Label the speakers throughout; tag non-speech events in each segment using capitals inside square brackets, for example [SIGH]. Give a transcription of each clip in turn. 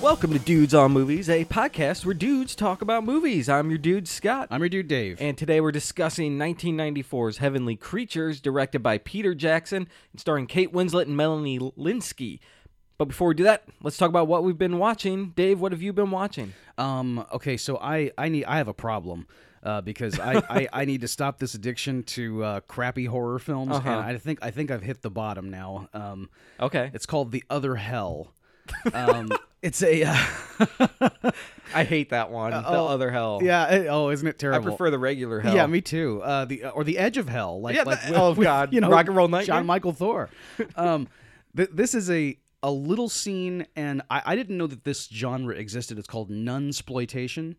Speaker 1: Welcome to Dudes on Movies, a podcast where dudes talk about movies. I'm your dude, Scott.
Speaker 2: I'm your dude, Dave.
Speaker 1: And today we're discussing 1994's Heavenly Creatures, directed by Peter Jackson and starring Kate Winslet and Melanie Linsky. But before we do that, let's talk about what we've been watching. Dave, what have you been watching?
Speaker 2: Um, okay, so I, I need I have a problem uh, because I,
Speaker 1: [LAUGHS]
Speaker 2: I, I need to stop this addiction to uh, crappy horror films,
Speaker 1: Uh-huh.
Speaker 2: and I think I think I've hit the bottom now. Um,
Speaker 1: Okay.
Speaker 2: it's called The Other
Speaker 1: [LAUGHS]
Speaker 2: Hell. Um, it's a uh,
Speaker 1: I hate that one. the
Speaker 2: oh,
Speaker 1: other hell.
Speaker 2: yeah. it- oh, isn't it
Speaker 1: I
Speaker 2: terrible?
Speaker 1: prefer the regular hell.
Speaker 2: Yeah, me too. Uh, the or the edge of hell, like
Speaker 1: Yeah,
Speaker 2: like
Speaker 1: the-
Speaker 2: [LAUGHS]
Speaker 1: oh, God. Rock and Roll Nightmare?
Speaker 2: John
Speaker 1: [LAUGHS]
Speaker 2: Michael Thor. Um, th- this is a a little scene, and I, I didn't know that this genre existed. It's called nunsploitation.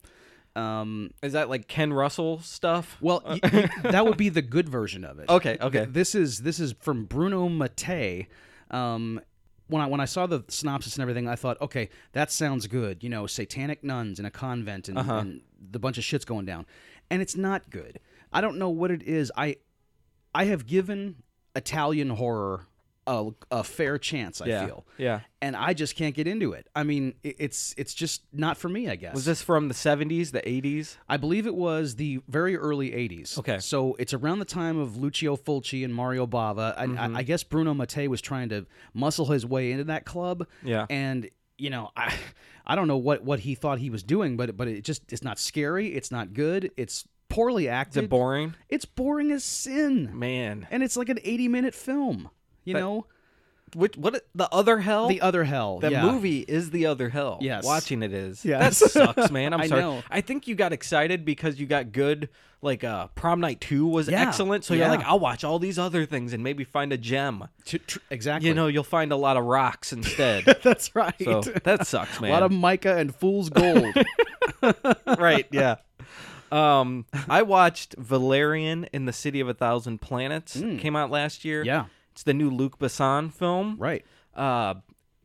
Speaker 2: Um,
Speaker 1: Is that like Ken Russell stuff?
Speaker 2: well, y- y-
Speaker 1: [LAUGHS]
Speaker 2: that would be the good version of it.
Speaker 1: Uh, Okay,
Speaker 2: Th-
Speaker 1: okay.
Speaker 2: this is this is from Bruno Mattei. Um, when I when I saw the synopsis and everything, I thought, okay, that sounds good. You know, satanic nuns in a convent and,
Speaker 1: Uh-huh.
Speaker 2: and the bunch of shits going down, and it's not good. I don't know what it is. I I have given Italian horror a, a fair chance. I
Speaker 1: yeah.
Speaker 2: feel,
Speaker 1: Yeah.
Speaker 2: and I just can't get into it. I mean, it, it's it's just not for me. I guess
Speaker 1: Was this from the 70s, the 80s?
Speaker 2: I believe it was the very early 80s.
Speaker 1: Okay.
Speaker 2: So it's around the time of Lucio Fulci and Mario Bava. I,
Speaker 1: Mm-hmm.
Speaker 2: I, I guess Bruno Mattei was trying to muscle his way into that club.
Speaker 1: Yeah.
Speaker 2: And, you know, I, I don't know what, what he thought he was doing, but, but it just, it's not scary. It's not good. It's poorly
Speaker 1: Is
Speaker 2: acted.
Speaker 1: it boring?
Speaker 2: it's boring as sin.
Speaker 1: Man.
Speaker 2: And it's like an 80 minute film. You
Speaker 1: But-
Speaker 2: know,
Speaker 1: Which, what the other hell?
Speaker 2: the other hell.
Speaker 1: the
Speaker 2: yeah.
Speaker 1: movie is the other hell.
Speaker 2: Yes.
Speaker 1: watching it is. Yeah, that
Speaker 2: Yes.
Speaker 1: sucks, man. I'm
Speaker 2: [LAUGHS] I
Speaker 1: sorry.
Speaker 2: know.
Speaker 1: I think you got excited because you got good. Like uh, prom night two was
Speaker 2: Yeah.
Speaker 1: excellent, so you're
Speaker 2: Yeah.
Speaker 1: like, I'll watch all these other things and maybe find a gem.
Speaker 2: T- tr- exactly.
Speaker 1: You know, you'll find a lot of rocks instead.
Speaker 2: [LAUGHS] that's right.
Speaker 1: so that sucks,
Speaker 2: a
Speaker 1: man.
Speaker 2: lot of mica and
Speaker 1: [LAUGHS]
Speaker 2: fool's gold. [LAUGHS]
Speaker 1: right, yeah. Um, I watched Valerian in the City of a Thousand Planets.
Speaker 2: Hmm.
Speaker 1: It Came out last year.
Speaker 2: Yeah.
Speaker 1: it's the new Luc Besson film.
Speaker 2: right.
Speaker 1: uh,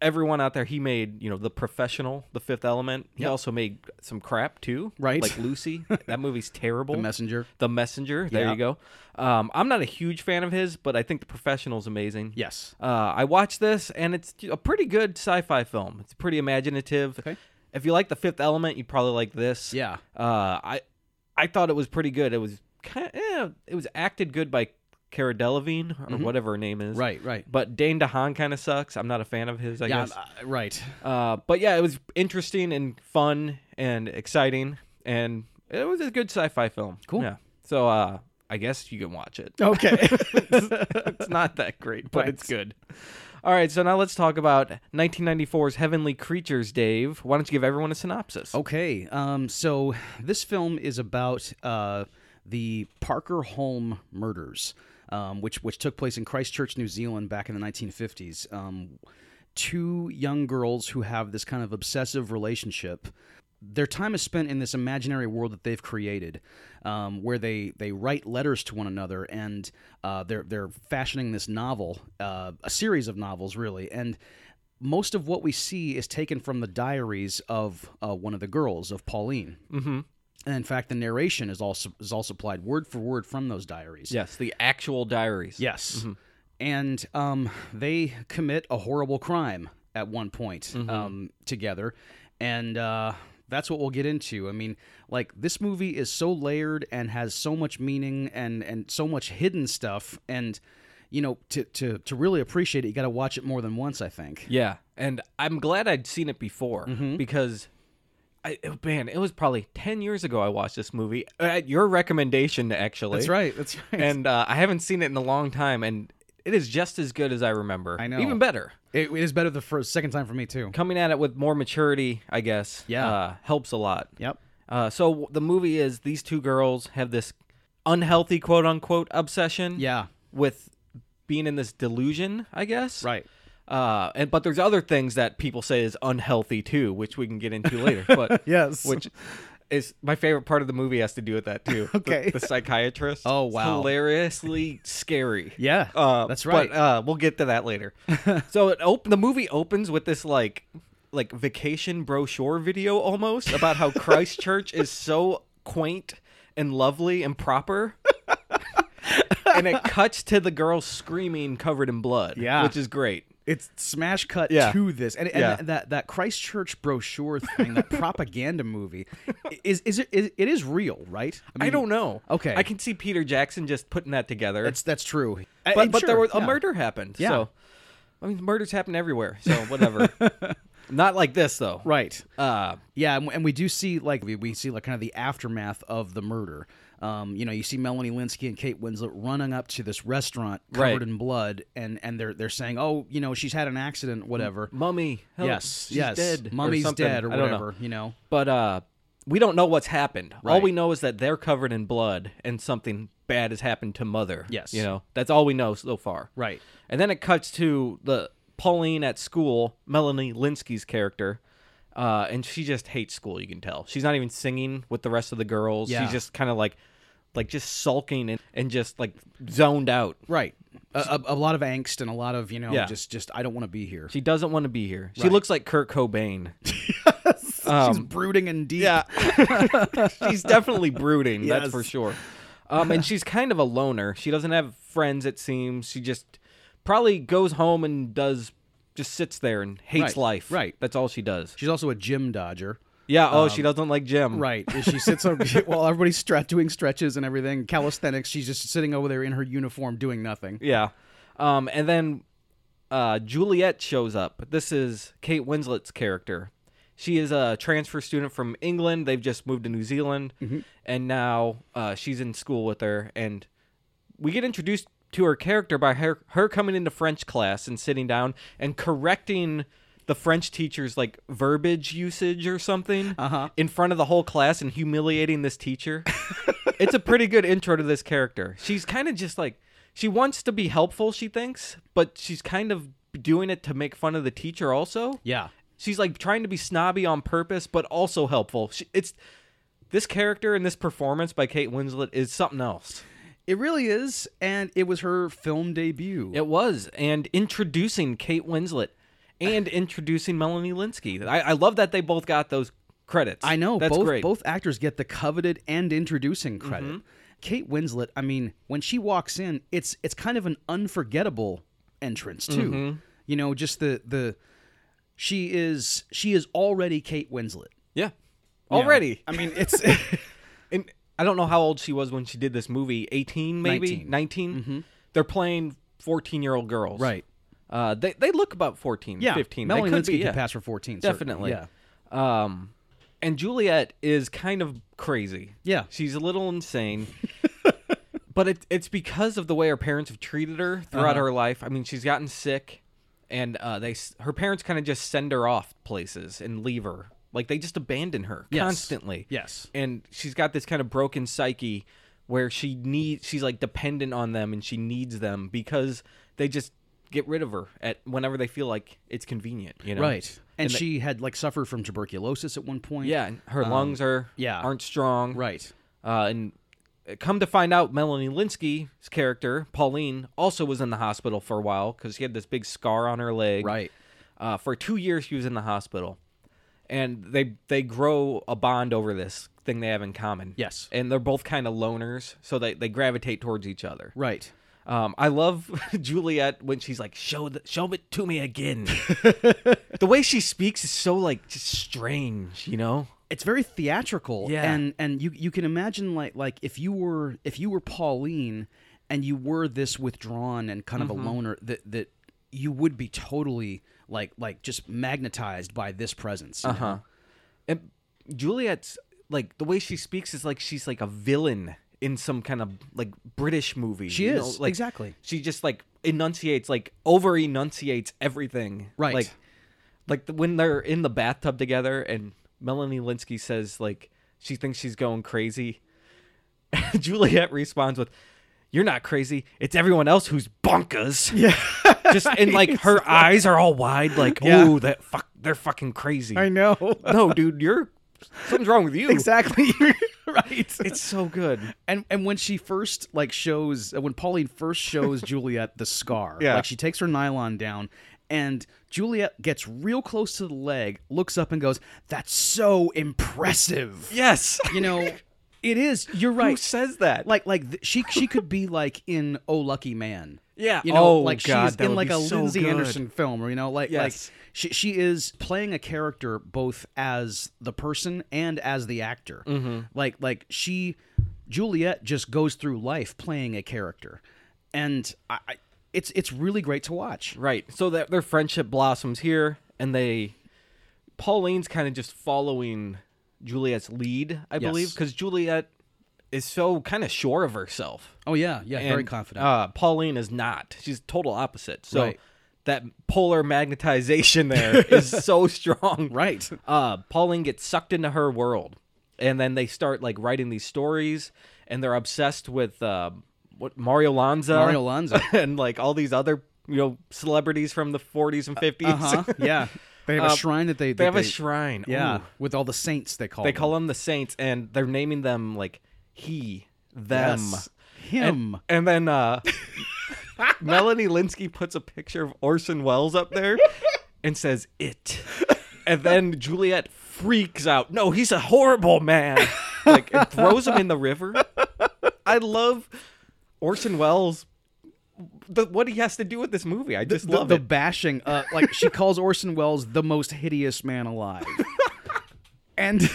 Speaker 1: everyone out there, he made you know the professional, the Fifth Element. He also made some crap too,
Speaker 2: Right.
Speaker 1: Like
Speaker 2: [LAUGHS]
Speaker 1: Lucy, that movie's terrible.
Speaker 2: The messenger.
Speaker 1: The Messenger. There
Speaker 2: Yeah.
Speaker 1: you go. Um, I'm not a huge fan of his, but I think The Professional's amazing.
Speaker 2: Yes.
Speaker 1: Uh, I watched this, and it's a pretty good sci-fi film. It's pretty imaginative.
Speaker 2: Okay.
Speaker 1: If you like The Fifth Element, you probably like this.
Speaker 2: Yeah.
Speaker 1: Uh, I I thought it was pretty good. It was kind eh, it was acted good by Cara Delevingne or whatever her name is.
Speaker 2: Mm-hmm. Right, right.
Speaker 1: But Dane DeHaan kind of sucks. I'm not a fan of his, I
Speaker 2: yeah,
Speaker 1: guess.
Speaker 2: uh, right.
Speaker 1: Uh, but yeah, it was interesting and fun and exciting, and it was a good sci-fi film.
Speaker 2: Cool.
Speaker 1: Yeah. So uh, I guess you can watch [LAUGHS] it.
Speaker 2: Okay.
Speaker 1: it's not that great, but it's good. All right, so now let's talk about 1994's Heavenly Creatures, Dave. Why don't you give everyone a synopsis?
Speaker 2: [LAUGHS] okay. Um, so this film is about uh, the Parker Holm murders, um, which which took place in Christchurch, New Zealand, back in the 1950s. Um, two young girls who have this kind of obsessive relationship. Their time is spent in this imaginary world that they've created, um, where they, they write letters to one another, and uh, they're they're fashioning this novel, uh, a series of novels, really, and most of what we see is taken from the diaries of uh, one of the girls of Pauline. Mm-hmm. And in fact, the narration is all su- is all supplied word for word from those diaries.
Speaker 1: Yes, the actual diaries.
Speaker 2: Yes. And um, they commit a horrible crime at one point um, together. And uh, that's what we'll get into. I mean, like, this movie is so layered and has so much meaning and, and so much hidden stuff. And, you know, to, to, to really appreciate it, you got to watch it more than once, I think.
Speaker 1: Yeah, and I'm glad I'd seen it before
Speaker 2: Mm-hmm.
Speaker 1: because, I oh, man, it was probably ten years ago I watched this movie uh, at your recommendation, actually.
Speaker 2: That's right. That's right.
Speaker 1: And uh, I haven't seen it in a long time, and it is just as good as I remember. I
Speaker 2: know.
Speaker 1: even better.
Speaker 2: It, it is better the first, second time for me too.
Speaker 1: Coming at it with more maturity, I guess.
Speaker 2: Yeah.
Speaker 1: uh, helps a lot.
Speaker 2: Yep.
Speaker 1: Uh, so w- the movie is these two girls have this unhealthy quote unquote obsession.
Speaker 2: Yeah.
Speaker 1: With being in this delusion, I guess.
Speaker 2: Right.
Speaker 1: Uh, and but there's other things that people say is unhealthy too, which we can get
Speaker 2: [LAUGHS]
Speaker 1: into later. But
Speaker 2: Yes.
Speaker 1: which is my favorite part of the movie has to do with that too.
Speaker 2: Okay.
Speaker 1: the, the psychiatrist.
Speaker 2: Oh,
Speaker 1: It's
Speaker 2: wow.
Speaker 1: hilariously
Speaker 2: [LAUGHS]
Speaker 1: scary.
Speaker 2: Yeah.
Speaker 1: uh,
Speaker 2: that's right.
Speaker 1: But uh, we'll get to that
Speaker 2: [LAUGHS]
Speaker 1: later. so it op- the movie opens with this like like vacation brochure video almost about how Christchurch is so quaint and lovely and
Speaker 2: [LAUGHS]
Speaker 1: proper. and it cuts to the girl screaming covered in blood.
Speaker 2: Yeah.
Speaker 1: Which is great.
Speaker 2: it's smash cut
Speaker 1: Yeah.
Speaker 2: to this, and, and
Speaker 1: Yeah.
Speaker 2: that- that that Christchurch brochure
Speaker 1: [LAUGHS]
Speaker 2: thing, that propaganda movie, i- is is it is, it is real, right?
Speaker 1: I
Speaker 2: mean,
Speaker 1: don't know.
Speaker 2: Okay.
Speaker 1: I can see Peter Jackson just putting that together.
Speaker 2: That's that's true.
Speaker 1: but but there was a murder happened.
Speaker 2: uh, Yeah.
Speaker 1: So I mean murders happen everywhere. So
Speaker 2: [LAUGHS]
Speaker 1: whatever. Not like this though.
Speaker 2: right?
Speaker 1: Uh
Speaker 2: Yeah, and, and we do see like we, we see like kind of the aftermath of the murder. Um, you know, you see Melanie Linsky and Kate Winslet running up to this restaurant covered
Speaker 1: Right.
Speaker 2: in blood, and and they're they're saying, oh, you know, she's had an accident, whatever.
Speaker 1: mummy. help,
Speaker 2: yes,
Speaker 1: she's
Speaker 2: yes,
Speaker 1: Dead or
Speaker 2: mommy's
Speaker 1: something.
Speaker 2: dead or
Speaker 1: I don't know.
Speaker 2: whatever. You know,
Speaker 1: But uh we don't know what's happened. All
Speaker 2: Right.
Speaker 1: we know is that they're covered in blood and something bad has happened to mother.
Speaker 2: Yes.
Speaker 1: You know, that's all we know so far.
Speaker 2: right?
Speaker 1: And then it cuts to the Pauline at school, Melanie Linsky's character. Uh, and she just hates school, you can tell. She's not even singing with the rest of the girls.
Speaker 2: Yeah.
Speaker 1: She's just kind of like like just sulking and, and just like zoned out.
Speaker 2: Right. A, a, a lot of angst and a lot of you know
Speaker 1: Yeah.
Speaker 2: just just I don't want to be here.
Speaker 1: She doesn't want to be here. She looks like Kurt Cobain.
Speaker 2: She's brooding and deep. [LAUGHS]
Speaker 1: she's definitely brooding, that's
Speaker 2: Yes.
Speaker 1: for sure. Um, and she's kind of a loner. She doesn't have friends, it seems. She just probably goes home and does just sits there and hates
Speaker 2: Right,
Speaker 1: life.
Speaker 2: right.
Speaker 1: That's all she does.
Speaker 2: She's also a gym dodger.
Speaker 1: Yeah. Oh, she doesn't like Jim.
Speaker 2: Right. And She sits over [LAUGHS] while everybody's stre- doing stretches and everything, calisthenics. She's just sitting over there in her uniform doing nothing.
Speaker 1: Yeah. Um, and then uh, Juliet shows up. This is Kate Winslet's character. She is a transfer student from England. They've just moved to New Zealand,
Speaker 2: Mm-hmm.
Speaker 1: and now uh, she's in school with her. And we get introduced to her character by her her coming into French class and sitting down and correcting the French teacher's like verbiage usage or something in front of the whole class and humiliating this teacher. it's a pretty good intro to this character. She's kind of just like she wants to be helpful, she thinks, but she's kind of doing it to make fun of the teacher also.
Speaker 2: Yeah.
Speaker 1: She's like trying to be snobby on purpose, but also helpful. She, it's this character and this performance by Kate Winslet is something else.
Speaker 2: It really is, and it was her film debut.
Speaker 1: It was, and introducing Kate Winslet and
Speaker 2: [SIGHS]
Speaker 1: introducing Melanie Linsky. I, I love that they both got those credits.
Speaker 2: I know
Speaker 1: that's
Speaker 2: both
Speaker 1: great. Mm-hmm.
Speaker 2: both actors get the coveted and introducing credit. Kate Winslet, I mean, when she walks in, it's it's kind of an unforgettable entrance too.
Speaker 1: Mm-hmm.
Speaker 2: You know, just the the she is she is already Kate Winslet.
Speaker 1: yeah,
Speaker 2: you know?
Speaker 1: already.
Speaker 2: I mean,
Speaker 1: [LAUGHS]
Speaker 2: it's
Speaker 1: And I don't know how old she was when she did this movie. Eighteen, maybe 19
Speaker 2: 19.
Speaker 1: Mm-hmm. They're playing fourteen-year-old girls,
Speaker 2: right.
Speaker 1: Uh, they they look about 14,
Speaker 2: Yeah,
Speaker 1: 15.
Speaker 2: Melanie
Speaker 1: they could
Speaker 2: Linsky
Speaker 1: be,
Speaker 2: can
Speaker 1: yeah.
Speaker 2: pass for fourteen. certainly.
Speaker 1: definitely.
Speaker 2: Yeah.
Speaker 1: Um, and Juliet is kind of crazy.
Speaker 2: Yeah.
Speaker 1: she's a little
Speaker 2: [LAUGHS]
Speaker 1: insane. but it, it's because of the way her parents have treated her throughout
Speaker 2: Uh-huh.
Speaker 1: her life. I mean, she's gotten sick, and uh, they s- her parents kind of just send her off places and leave her. Like they just abandon her
Speaker 2: Yes.
Speaker 1: constantly.
Speaker 2: Yes.
Speaker 1: and she's got this kind of broken psyche where she needs she's like dependent on them and she needs them because they just get rid of her at whenever they feel like it's convenient. You know,
Speaker 2: Right. And, she had like suffered from tuberculosis at one point.
Speaker 1: yeah, and her lungs are
Speaker 2: Um, yeah.
Speaker 1: aren't strong.
Speaker 2: Right.
Speaker 1: Uh, and come to find out, Melanie Linsky's character Pauline also was in the hospital for a while because she had this big scar on her leg.
Speaker 2: Right.
Speaker 1: Uh, for two years, she was in the hospital, and they they grow a bond over this thing they have in common.
Speaker 2: Yes.
Speaker 1: And they're both kind of loners, so they, they gravitate towards each other.
Speaker 2: Right.
Speaker 1: Um, I love [LAUGHS] Juliet when she's like, "Show the, show it to me again." the way she speaks is so like just strange, you know.
Speaker 2: It's very theatrical.
Speaker 1: Yeah.
Speaker 2: And and you you can imagine like like if you were if you were Pauline and you were this withdrawn and kind of
Speaker 1: Mm-hmm.
Speaker 2: a loner that that you would be totally like like just magnetized by this presence.
Speaker 1: Uh-huh.
Speaker 2: Uh huh.
Speaker 1: And Juliet's like the way she speaks is like she's like a villain in some kind of like British movie.
Speaker 2: She
Speaker 1: you
Speaker 2: is,
Speaker 1: like,
Speaker 2: exactly.
Speaker 1: She just like enunciates like over enunciates everything.
Speaker 2: Right.
Speaker 1: Like like the, when they're in the bathtub together and Melanie Linsky says like she thinks she's going crazy. [LAUGHS] Juliet responds with you're not crazy. It's everyone else who's bonkers. Yeah. Just and
Speaker 2: [LAUGHS]
Speaker 1: like her eyes are all wide, like,
Speaker 2: Yeah.
Speaker 1: oh, that fuck they're fucking crazy
Speaker 2: know.
Speaker 1: no, dude, you're something's wrong with you.
Speaker 2: [LAUGHS] exactly. [LAUGHS] right.
Speaker 1: It's so good.
Speaker 2: And and when she first like shows when Pauline
Speaker 1: [LAUGHS]
Speaker 2: first shows Juliet the scar,
Speaker 1: Yeah.
Speaker 2: like she takes her nylon down and Juliet gets real close to the leg, looks up and goes, "That's so impressive."
Speaker 1: Yes.
Speaker 2: You know, it is. You're
Speaker 1: Who [LAUGHS]
Speaker 2: right.
Speaker 1: says that?
Speaker 2: Like like th- she she could be like in Oh Lucky Man.
Speaker 1: Yeah.
Speaker 2: You know,
Speaker 1: oh,
Speaker 2: like
Speaker 1: God,
Speaker 2: she's
Speaker 1: that
Speaker 2: in
Speaker 1: would
Speaker 2: like
Speaker 1: be
Speaker 2: a
Speaker 1: so
Speaker 2: Lindsay
Speaker 1: good.
Speaker 2: Anderson film, or you know, like
Speaker 1: Yes.
Speaker 2: like she she is playing a character both as the person and as the actor.
Speaker 1: Mm-hmm.
Speaker 2: Like like she Juliet just goes through life playing a character, and I, I it's it's really great to watch.
Speaker 1: Right. So that their friendship blossoms here, and they Pauline's kind of just following Juliet's lead, I believe,
Speaker 2: Yes.
Speaker 1: because Juliet is so kind of sure of herself.
Speaker 2: Oh yeah, yeah, very
Speaker 1: and,
Speaker 2: confident.
Speaker 1: Uh, [LAUGHS] Pauline is not. She's total opposite. So
Speaker 2: Right.
Speaker 1: that polar magnetization
Speaker 2: [LAUGHS]
Speaker 1: there is so strong.
Speaker 2: right.
Speaker 1: Uh, Pauline gets sucked into her world, and then they start like writing these stories, and they're obsessed with uh, what Mario Lanza,
Speaker 2: Mario Lanza.
Speaker 1: [LAUGHS] and like all these other you know celebrities from the 40s and 50s. [LAUGHS]
Speaker 2: Uh huh. Yeah. They have a
Speaker 1: Uh,
Speaker 2: shrine that they
Speaker 1: they have a shrine.
Speaker 2: shrine. Yeah,
Speaker 1: Ooh.
Speaker 2: with all the saints they call
Speaker 1: they
Speaker 2: them.
Speaker 1: call them the Saints, and they're naming them like he, them.
Speaker 2: Yes. him.
Speaker 1: And then uh, [LAUGHS] Melanie Linsky puts a picture of Orson Welles up there and says, it. And then Juliet freaks out. No, he's a horrible man. Like, and throws him in the river. I love Orson Welles. The, what he has to do with this movie. I just
Speaker 2: the,
Speaker 1: love
Speaker 2: the
Speaker 1: it.
Speaker 2: bashing. Uh, like she calls Orson Welles the most hideous
Speaker 1: [LAUGHS]
Speaker 2: man alive, and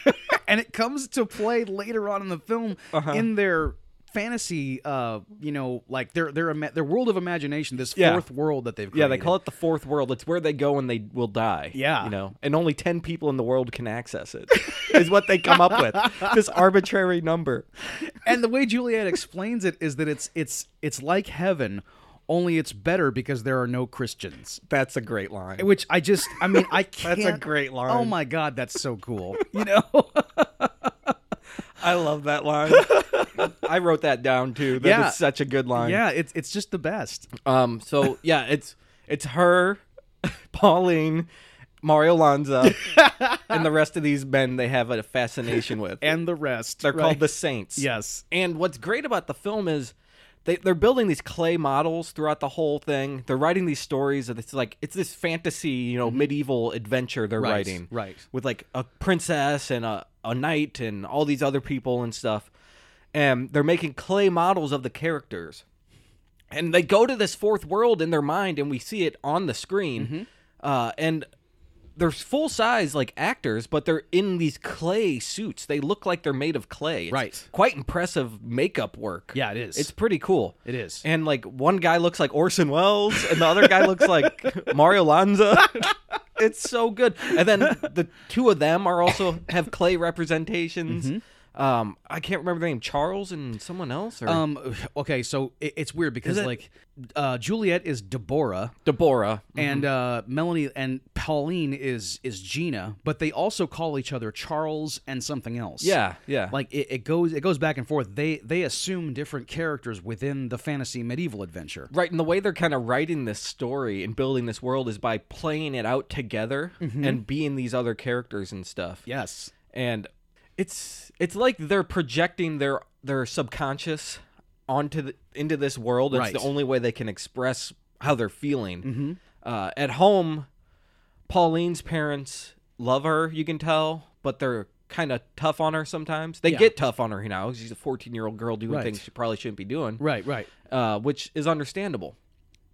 Speaker 2: [LAUGHS] and it comes to play later on in the film
Speaker 1: Uh-huh.
Speaker 2: in their fantasy. Uh, you know, like their their ima- their world of imagination, this
Speaker 1: Yeah.
Speaker 2: fourth world that they've created.
Speaker 1: Yeah, they call it the fourth world. It's where they go and they will die.
Speaker 2: Yeah.
Speaker 1: You know, and only 10 people in the world can access it, is what they come up
Speaker 2: [LAUGHS]
Speaker 1: with. This arbitrary number.
Speaker 2: and the way Juliet explains it is that it's it's it's like heaven, only it's better because there are no Christians.
Speaker 1: That's a great line.
Speaker 2: Which I just, I mean,
Speaker 1: [LAUGHS]
Speaker 2: I can't.
Speaker 1: a great line.
Speaker 2: Oh my god, that's so cool.
Speaker 1: [LAUGHS]
Speaker 2: You know.
Speaker 1: I love that line. [LAUGHS] I wrote that down too. That is
Speaker 2: Yeah.
Speaker 1: such a good line.
Speaker 2: Yeah, it's it's just the best.
Speaker 1: Um. So yeah, it's it's her, [LAUGHS] Pauline, Mario [LAUGHS] Lanza, and the rest of these men they have a fascination with.
Speaker 2: And the rest.
Speaker 1: They're called the Saints.
Speaker 2: Yes.
Speaker 1: And what's great about the film is they, they're building these clay models throughout the whole thing. They're writing these stories. Of it's like it's this fantasy, you know, medieval adventure they're
Speaker 2: Mm-hmm. Right,
Speaker 1: writing,
Speaker 2: right.
Speaker 1: With like a princess and a, a knight and all these other people and stuff. And they're making clay models of the characters, and they go to this fourth world in their mind, and we see it on the screen.
Speaker 2: Mm-hmm.
Speaker 1: Uh, and they're full size like actors, but they're in these clay suits. They look like they're made of clay. It's
Speaker 2: Right.
Speaker 1: Quite impressive makeup work.
Speaker 2: Yeah, it is.
Speaker 1: It's pretty cool.
Speaker 2: It is.
Speaker 1: And like one guy looks like Orson Welles, and the other guy looks
Speaker 2: [LAUGHS]
Speaker 1: like Mario Lanza. [LAUGHS] it's so good. And then the two of them are also have clay representations. Um, I can't remember the name. Charles and someone else, or
Speaker 2: Mm-hmm. um [SIGHS] okay, so it, it's weird because
Speaker 1: it-
Speaker 2: like uh Juliet is Deborah
Speaker 1: Deborah.
Speaker 2: and uh Melanie and Pauline is is Gina, but they also call each other Charles and something else.
Speaker 1: Yeah, yeah.
Speaker 2: Like it, it goes it goes back and forth. They they assume different characters within the fantasy medieval adventure.
Speaker 1: Right, and the way they're kind of writing this story and building this world is by playing it out together
Speaker 2: Mm-hmm.
Speaker 1: and being these other characters and stuff.
Speaker 2: Yes.
Speaker 1: And it's it's like they're projecting their their subconscious onto the, into this world. It's
Speaker 2: Right. Mm-hmm.
Speaker 1: the only way they can express how they're feeling. Uh, at home, Pauline's parents love her. You can tell, but they're kind of tough on her sometimes. They get tough on her you know. She's a fourteen year old girl doing
Speaker 2: Right.
Speaker 1: things she probably shouldn't be doing
Speaker 2: Right, right.
Speaker 1: uh, which is understandable.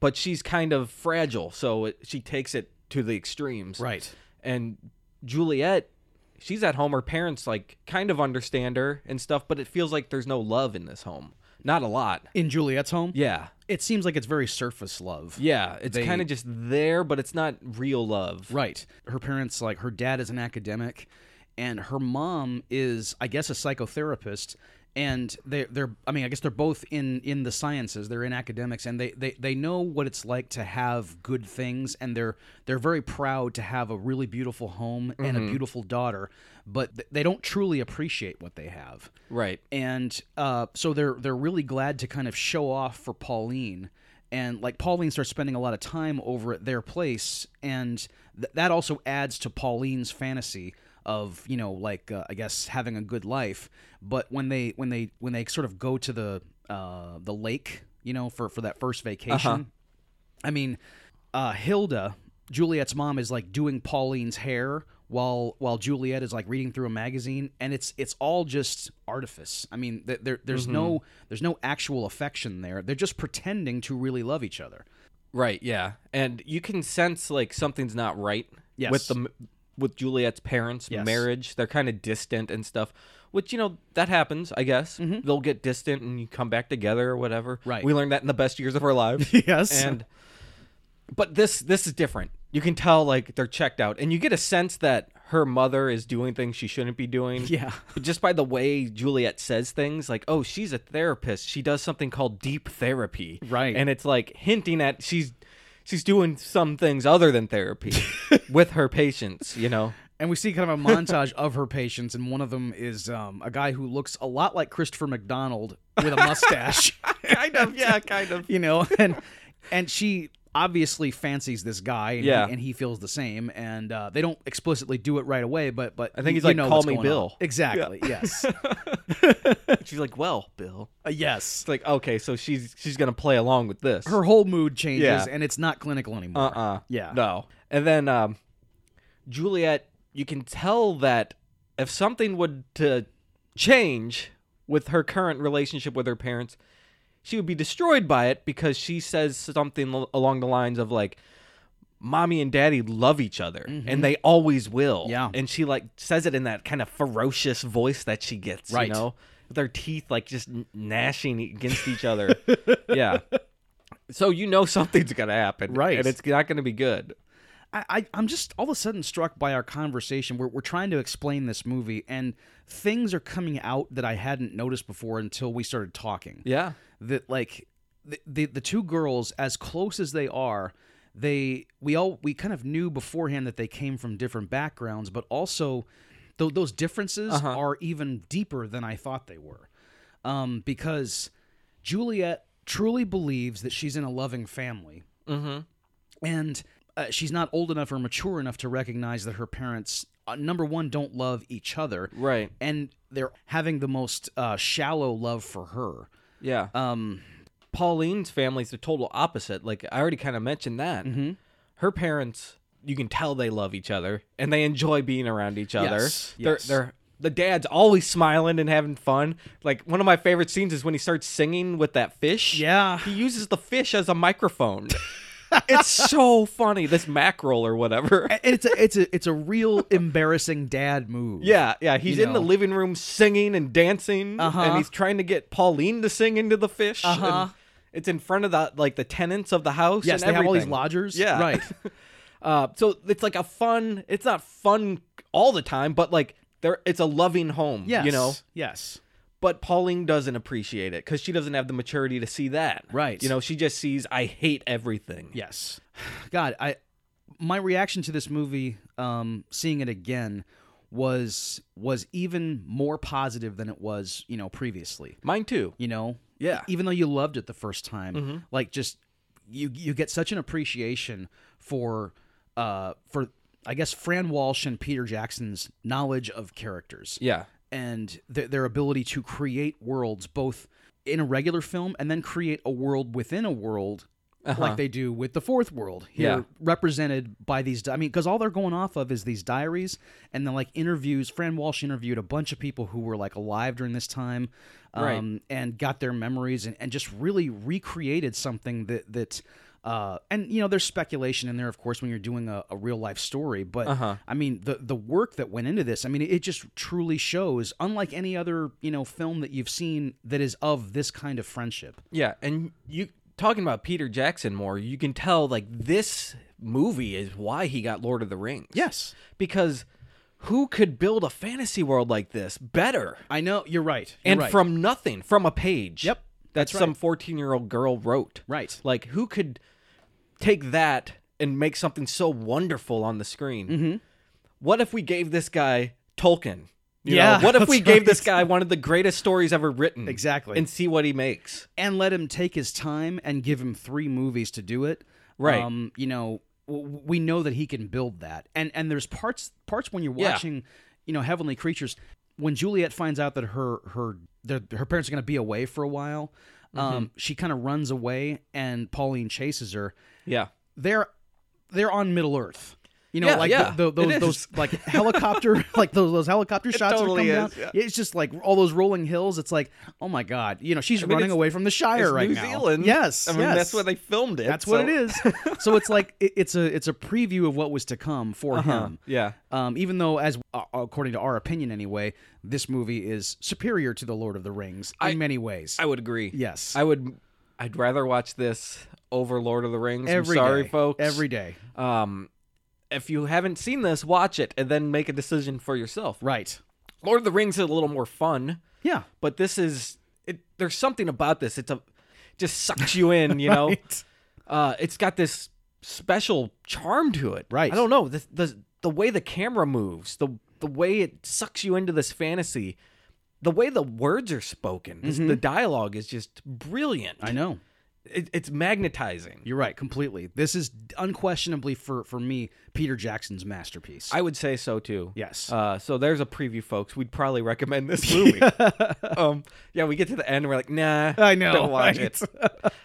Speaker 1: But she's kind of fragile, so it, she takes it to the extremes.
Speaker 2: Right.
Speaker 1: And Juliet, she's at home. Her parents like kind of understand her and stuff, but it feels like there's no love in this home. Not a lot.
Speaker 2: In Juliet's home?
Speaker 1: Yeah,
Speaker 2: It seems like it's very surface love.
Speaker 1: yeah. It's
Speaker 2: They-
Speaker 1: kind of just there, but it's not real love.
Speaker 2: Right. Her parents, like, her dad is an academic, and her mom is, I guess, a psychotherapist. And they, they're, I mean, I guess they're both in in the sciences. They're in academics, and they, they they know what it's like to have good things, and they're they're very proud to have a really beautiful home and a beautiful daughter. But th- they don't truly appreciate what they have
Speaker 1: Right.
Speaker 2: and uh, so they're they're really glad to kind of show off for Pauline. And like Pauline starts spending a lot of time over at their place, and th- that also adds to Pauline's fantasy of you know like uh, I guess having a good life. But when they when they when they sort of go to the uh, the lake, you know, for for that first vacation, I mean, uh, Hilda, Juliet's mom, is like doing Pauline's hair while while Juliet is like reading through a magazine, and it's it's all just artifice. I mean, th- there there's no there's no actual affection there. They're just pretending to really love each other.
Speaker 1: Right, yeah. And you can sense like something's not right
Speaker 2: Yes.
Speaker 1: with the with Juliet's parents'
Speaker 2: Yes.
Speaker 1: marriage. They're kind of distant and stuff, which you know that happens, I guess. They'll get distant and you come back together or whatever.
Speaker 2: Mm-hmm. Right.
Speaker 1: We learned that in the best years of our lives.
Speaker 2: [LAUGHS] Yes.
Speaker 1: and but this this is different. You can tell like they're checked out and you get a sense that her mother is doing things she shouldn't be doing.
Speaker 2: Yeah.
Speaker 1: But just by the way Juliet says things, like, oh, she's a therapist. She does something called deep therapy.
Speaker 2: Right.
Speaker 1: And it's like hinting at she's she's doing some things other than therapy [LAUGHS] with her patients, you know?
Speaker 2: And we see kind of a montage of her patients, and one of them is um, a guy who looks a lot like Christopher McDonald with a mustache.
Speaker 1: kind of, yeah, kind of.
Speaker 2: you know [LAUGHS] and and she obviously fancies this guy and,
Speaker 1: Yeah.
Speaker 2: he, and he feels the same and uh, they don't explicitly do it right away but but i
Speaker 1: think he's
Speaker 2: you
Speaker 1: like,
Speaker 2: know
Speaker 1: "Call
Speaker 2: what's
Speaker 1: me
Speaker 2: going on."
Speaker 1: Bill.
Speaker 2: exactly
Speaker 1: [LAUGHS]
Speaker 2: yes
Speaker 1: [LAUGHS] She's like, Well, Bill.
Speaker 2: Uh, yes
Speaker 1: It's like, okay, so she's she's gonna play along with this.
Speaker 2: her whole mood changes
Speaker 1: Yeah.
Speaker 2: and it's not clinical anymore
Speaker 1: Uh-uh.
Speaker 2: Yeah.
Speaker 1: No. And then um, Juliet, you can tell that if something would to change with her current relationship with her parents, she would be destroyed by it because she says something al- along the lines of like mommy and daddy love each other and they always will.
Speaker 2: Mm-hmm. Yeah.
Speaker 1: And she like says it in that kind of ferocious voice that she gets,
Speaker 2: Right.
Speaker 1: you know? With their teeth like just n- gnashing against each
Speaker 2: [LAUGHS]
Speaker 1: other. yeah. So you know [LAUGHS] something's gonna happen,
Speaker 2: Right.
Speaker 1: And it's not gonna be good.
Speaker 2: I, I i'm just all of a sudden struck by our conversation we're, we're trying to explain this movie and things are coming out that i hadn't noticed before until we started talking
Speaker 1: Yeah,
Speaker 2: that like the, the the two girls as close as they are they we all we kind of knew beforehand that they came from different backgrounds but also tho- those differences are even deeper than i thought they were um, because juliet truly believes that she's in a loving family and uh, she's not old enough or mature enough to recognize that her parents uh, number one don't love each other
Speaker 1: Right.
Speaker 2: and they're having the most uh, shallow love for her
Speaker 1: yeah.
Speaker 2: um
Speaker 1: Pauline's family's the total opposite. Like I already kind of mentioned that. Her parents, you can tell they love each other and they enjoy being around each other.
Speaker 2: Yes,
Speaker 1: They're
Speaker 2: yes.
Speaker 1: they're the dad's always smiling and having fun. Like one of my favorite scenes is when he starts singing with that fish.
Speaker 2: Yeah.
Speaker 1: he uses the fish as a microphone. [LAUGHS] it's so funny. This mackerel or whatever.
Speaker 2: And it's a it's a it's a real [LAUGHS] embarrassing dad move.
Speaker 1: Yeah, yeah. He's in the
Speaker 2: know.
Speaker 1: living room singing and dancing,
Speaker 2: Uh-huh.
Speaker 1: and he's trying to get Pauline to sing into the fish. and
Speaker 2: Uh-huh.
Speaker 1: It's in front of the like the tenants of the house.
Speaker 2: Yes,
Speaker 1: and
Speaker 2: they have all these
Speaker 1: everything.
Speaker 2: lodgers.
Speaker 1: Yeah, [LAUGHS]
Speaker 2: Right.
Speaker 1: uh, so it's like a fun. It's not fun all the time, but like there, it's a loving home.
Speaker 2: Yes.
Speaker 1: you know.
Speaker 2: Yes.
Speaker 1: But Pauline doesn't appreciate it because she doesn't have the maturity to see that.
Speaker 2: Right.
Speaker 1: You know, she just sees I hate everything.
Speaker 2: Yes. God, I my reaction to this movie, um, seeing it again, was was even more positive than it was, you know, previously.
Speaker 1: Mine too.
Speaker 2: You know? E,
Speaker 1: Yeah. Mm-hmm.
Speaker 2: Even though you loved it the first time, like just you you get such an appreciation for uh for I guess Fran Walsh and Peter Jackson's knowledge of characters.
Speaker 1: Yeah.
Speaker 2: and th- their ability to create worlds both in a regular film and then create a world within a world like they do with the fourth world here
Speaker 1: Yeah.
Speaker 2: represented by these di- i mean because all they're going off of is these diaries and then like interviews fran walsh interviewed a bunch of people who were like alive during this time um,
Speaker 1: Right.
Speaker 2: and got their memories and, and just really recreated something that that uh, and you know there's speculation in there of course when you're doing a, a real life story but
Speaker 1: Uh-huh.
Speaker 2: i mean the the work that went into this i mean it just truly shows unlike any other you know film that you've seen that is of this kind of friendship
Speaker 1: Yeah, and you talking about Peter Jackson more, you can tell like this movie is why he got Lord of the Rings.
Speaker 2: yes
Speaker 1: Because who could build a fantasy world like this better?
Speaker 2: i know you're right You're
Speaker 1: And
Speaker 2: right.
Speaker 1: from nothing, from a page.
Speaker 2: Yep,
Speaker 1: That's,
Speaker 2: that's
Speaker 1: some
Speaker 2: right.
Speaker 1: 14-year-old girl wrote.
Speaker 2: Right.
Speaker 1: Like who could take that and make something so wonderful on the screen?
Speaker 2: Mm-hmm.
Speaker 1: What if we gave this guy Tolkien? You
Speaker 2: Yeah,
Speaker 1: Know? What if
Speaker 2: [LAUGHS] that's
Speaker 1: we gave this
Speaker 2: right.
Speaker 1: guy one of the greatest stories ever written?
Speaker 2: Exactly.
Speaker 1: And see what he makes.
Speaker 2: and let him take his time and give him three movies to do it.
Speaker 1: Right.
Speaker 2: Um, you know, w- we know that he can build that. And and there's parts parts when you're
Speaker 1: Yeah.
Speaker 2: watching, you know, Heavenly Creatures, when Juliet finds out that her her their, her parents are going to be away for a while,
Speaker 1: Mm-hmm.
Speaker 2: um, she kind of runs away and Pauline chases her.
Speaker 1: Yeah.
Speaker 2: They're they're on Middle Earth. You know,
Speaker 3: Yeah,
Speaker 2: like
Speaker 3: yeah,
Speaker 2: the, the,
Speaker 3: it
Speaker 2: those, those
Speaker 3: [LAUGHS]
Speaker 2: like helicopter, like those those helicopter shots
Speaker 3: totally
Speaker 2: that come
Speaker 3: is,
Speaker 2: down.
Speaker 3: yeah.
Speaker 2: It's just like all those rolling hills. It's like, oh my god, you know, she's
Speaker 3: mean,
Speaker 2: running
Speaker 3: it's-
Speaker 2: away from the Shire
Speaker 3: It's
Speaker 2: right
Speaker 3: New
Speaker 2: now.
Speaker 3: Zealand.
Speaker 2: Yes,
Speaker 3: I mean
Speaker 2: yes.
Speaker 3: that's where they filmed it.
Speaker 2: That's what
Speaker 3: so-
Speaker 2: it is.
Speaker 3: [LAUGHS]
Speaker 2: so it's like it, it's a it's a preview of what was to come for
Speaker 3: Uh-huh.
Speaker 1: Huh,
Speaker 2: him.
Speaker 1: yeah.
Speaker 2: Um, even though, as uh, according to our opinion anyway, this movie is superior to the Lord of the Rings in many ways.
Speaker 1: I would agree.
Speaker 2: yes,
Speaker 1: I would. I'd rather watch this over Lord of the Rings.
Speaker 2: Every
Speaker 1: I'm sorry,
Speaker 2: day.
Speaker 1: folks.
Speaker 2: Every day,
Speaker 1: Um, if you haven't seen this, watch it and then make a decision for yourself.
Speaker 2: right?
Speaker 1: Lord of the Rings is a little more fun,
Speaker 2: Yeah,
Speaker 1: but this is it, there's something about this. It's a just sucks you in, you know.
Speaker 2: [LAUGHS] Right.
Speaker 1: Uh, it's got this special charm to it.
Speaker 2: Right.
Speaker 1: I don't know the the the way the camera moves, the the way it sucks you into this fantasy, the way the words are spoken, this, the dialogue is just brilliant.
Speaker 2: Mm-hmm. I know.
Speaker 1: It, it's magnetizing.
Speaker 2: You're right, completely. This is unquestionably for for me Peter Jackson's masterpiece.
Speaker 1: I would say so too.
Speaker 2: yes.
Speaker 1: Uh, so there's a preview, folks. We'd probably recommend
Speaker 2: [LAUGHS]
Speaker 1: this movie. um, yeah, we get to the end, and we're like, nah,
Speaker 2: I know,
Speaker 1: don't watch
Speaker 2: right?
Speaker 1: it.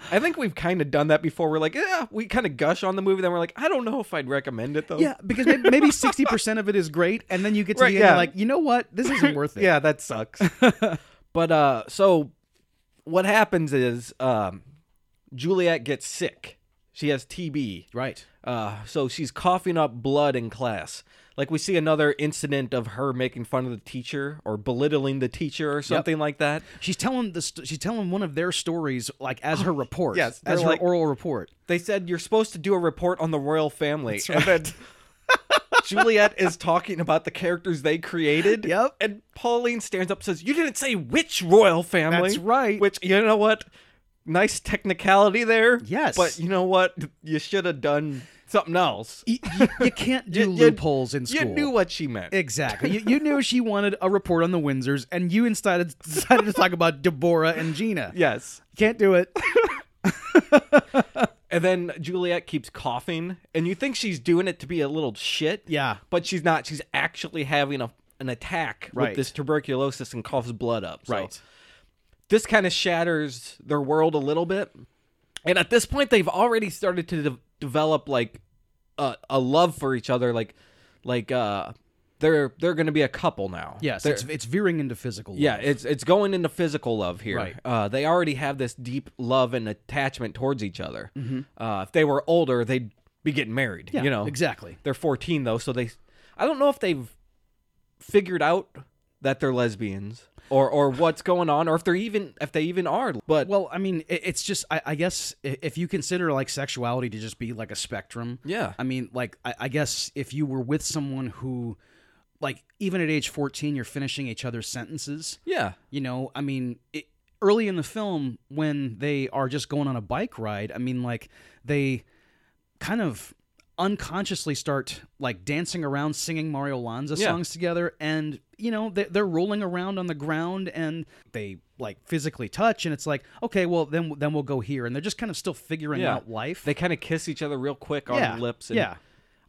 Speaker 1: I think we've kind of done that before. We're like, yeah, we kind of gush on the movie, then we're like, I don't know if I'd recommend it though.
Speaker 2: yeah, because may- maybe 60% of it is great and then you get to
Speaker 1: Right,
Speaker 2: the end and
Speaker 1: yeah.
Speaker 2: you're like, "You know what? This isn't worth
Speaker 1: [LAUGHS]
Speaker 2: it."
Speaker 1: yeah, that sucks. but uh, so what happens is um, Juliet gets sick. She has TB.
Speaker 2: Right.
Speaker 1: Uh, so she's coughing up blood in class. Like we see another incident of her making fun of the teacher or belittling the teacher or something like that.
Speaker 2: She's telling the st- she's telling one of their stories like
Speaker 1: [SIGHS]
Speaker 2: as her report,
Speaker 1: Yes,
Speaker 2: as
Speaker 1: they're
Speaker 2: her
Speaker 1: like-
Speaker 2: oral report.
Speaker 1: They said you're supposed to do a report on the royal family. And then Juliet is talking about the characters they created.
Speaker 2: Yep.
Speaker 1: And Pauline stands up and says, You didn't say which royal family.
Speaker 2: That's right.
Speaker 1: Which you know what? Nice technicality there.
Speaker 2: Yes.
Speaker 1: But you know what? You should have done something else.
Speaker 2: [LAUGHS] You, you, you can't
Speaker 1: [LAUGHS]
Speaker 2: do
Speaker 1: You- you-
Speaker 2: loopholes in E school.
Speaker 1: You knew what she meant.
Speaker 2: Exactly. You, you knew she wanted a report on the Windsors, and you instead decided to talk about Deborah and
Speaker 1: [LAUGHS]
Speaker 2: Gina.
Speaker 1: yes.
Speaker 2: Can't do it.
Speaker 1: And then Juliet keeps coughing, and you think she's doing it to be a little shit.
Speaker 2: Yeah.
Speaker 1: But she's not. She's actually having a, an attack
Speaker 2: Right.
Speaker 1: with this tuberculosis and coughs blood up. So
Speaker 2: Right.
Speaker 1: This kind of shatters their world a little bit. And at this point, they've already started to de- develop like a, a love for each other. Like, like uh, they're they're going to be a couple now.
Speaker 2: Yes,
Speaker 1: They're-
Speaker 2: it's, it's veering into physical.
Speaker 1: yeah, it's it's going into physical love here.
Speaker 2: Right.
Speaker 1: Uh, they already have this deep love and attachment towards each other. Uh, if they were older, they'd be getting married.
Speaker 2: Mm-hmm. Yeah,
Speaker 1: you know,
Speaker 2: exactly.
Speaker 1: They're 14 though, so they. I don't know if they've figured out that they're lesbians or or what's going on, or if they're even if they even are. But
Speaker 2: Well, I mean, it, it's just I, I guess i- if you consider like sexuality to just be like a spectrum.
Speaker 1: Yeah.
Speaker 2: I mean, like I, I guess if you were with someone who, like, even at age fourteen, you're finishing each other's sentences.
Speaker 1: yeah,
Speaker 2: You know, I mean, it, early in the film when they are just going on a bike ride, I mean, like they kind of unconsciously start like dancing around singing Mario Lanza
Speaker 1: Yeah.
Speaker 2: songs together and you know they, they're rolling around on the ground and they like physically touch and it's like okay well then then we'll go here and they're just kind of still figuring
Speaker 1: Yeah.
Speaker 2: out life
Speaker 1: they kind of kiss each other real quick on
Speaker 2: yeah
Speaker 1: the lips. And
Speaker 2: yeah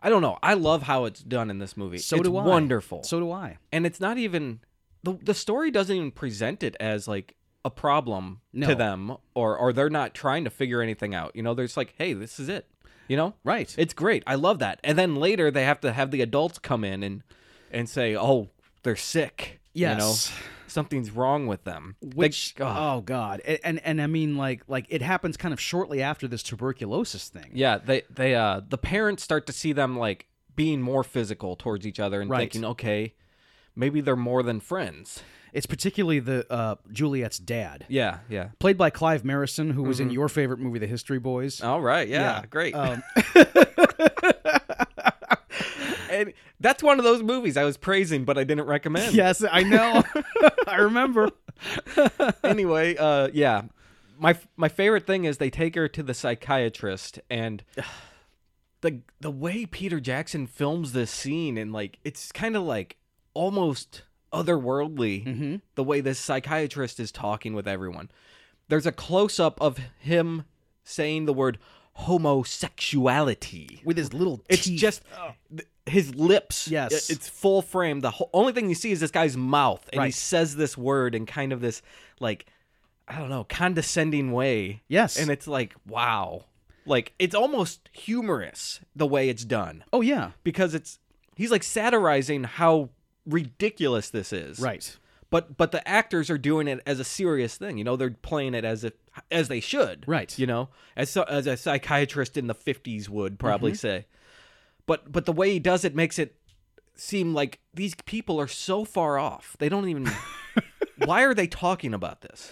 Speaker 1: I don't know. I love how it's done in this movie.
Speaker 2: so
Speaker 1: it's
Speaker 2: do I
Speaker 1: Wonderful.
Speaker 2: so do I
Speaker 1: and it's not even the the story doesn't even present it as like a problem
Speaker 2: No.
Speaker 1: to them or or they're not trying to figure anything out. You know, they're just like, hey, this is it. You know,
Speaker 2: right
Speaker 1: it's great. I love that. And then later they have to have the adults come in and and say, oh, they're sick. You know,
Speaker 2: Yes.
Speaker 1: something's wrong with them. They-
Speaker 2: which
Speaker 1: oh,
Speaker 2: oh god A- and and I mean like like it happens kind of shortly after this tuberculosis thing
Speaker 1: yeah, they they uh the parents start to see them like being more physical towards each other and
Speaker 2: Right.
Speaker 1: thinking, okay, maybe they're more than friends.
Speaker 2: it's particularly the uh Juliet's dad
Speaker 1: Yeah, yeah.
Speaker 2: played by Clive Marison, who was
Speaker 1: Mm-hmm.
Speaker 2: in your favorite movie, The History Boys.
Speaker 1: All right, yeah, great. [LAUGHS]
Speaker 2: Um,
Speaker 1: And that's one of those movies I was praising, but I didn't recommend.
Speaker 2: [LAUGHS] yes, I know. [LAUGHS] I remember.
Speaker 1: [LAUGHS] Anyway, uh, yeah. My my favorite thing is they take her to the psychiatrist, [SIGHS] and the the way Peter Jackson films this scene, and like it's kind of like almost otherworldly the way this psychiatrist is talking with everyone. There's a close up of him saying the word homosexuality.
Speaker 2: With his little
Speaker 1: It's
Speaker 2: teeth.
Speaker 1: just th- his lips.
Speaker 2: Yes.
Speaker 1: I- it's full frame. The whole, only thing you see is this guy's mouth, and he
Speaker 2: Right.
Speaker 1: says this word in kind of this like I don't know condescending way.
Speaker 2: Yes.
Speaker 1: and it's like wow, like it's almost humorous the way it's done
Speaker 2: Oh yeah,
Speaker 1: because it's he's like satirizing how ridiculous this is.
Speaker 2: right.
Speaker 1: But but the actors are doing it as a serious thing. You know, they're playing it as if as they should.
Speaker 2: Right.
Speaker 1: You know, as so, as a psychiatrist in the 50s would probably say. But but the way he does it makes it seem like these people are so far off. They don't [LAUGHS] even Why are they talking about this?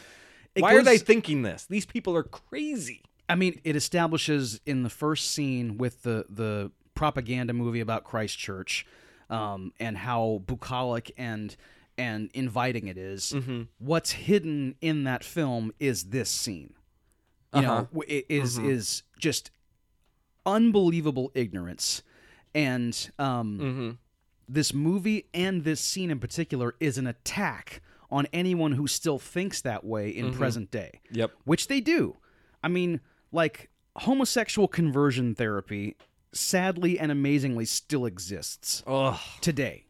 Speaker 1: Why are
Speaker 2: goes-
Speaker 1: they thinking this? These people are crazy.
Speaker 2: I mean, it establishes in the first scene with the the propaganda movie about Christchurch, um, and how bucolic and and inviting it is. What's hidden in that film is this scene. You know, w- it is- is just unbelievable ignorance, and um,
Speaker 1: Mm. Mm-hmm.
Speaker 2: this movie and this scene in particular is an attack on anyone who still thinks that way in present day
Speaker 1: Yep.
Speaker 2: which they do. I mean, like homosexual conversion therapy sadly and amazingly still exists
Speaker 1: Ugh.
Speaker 2: today.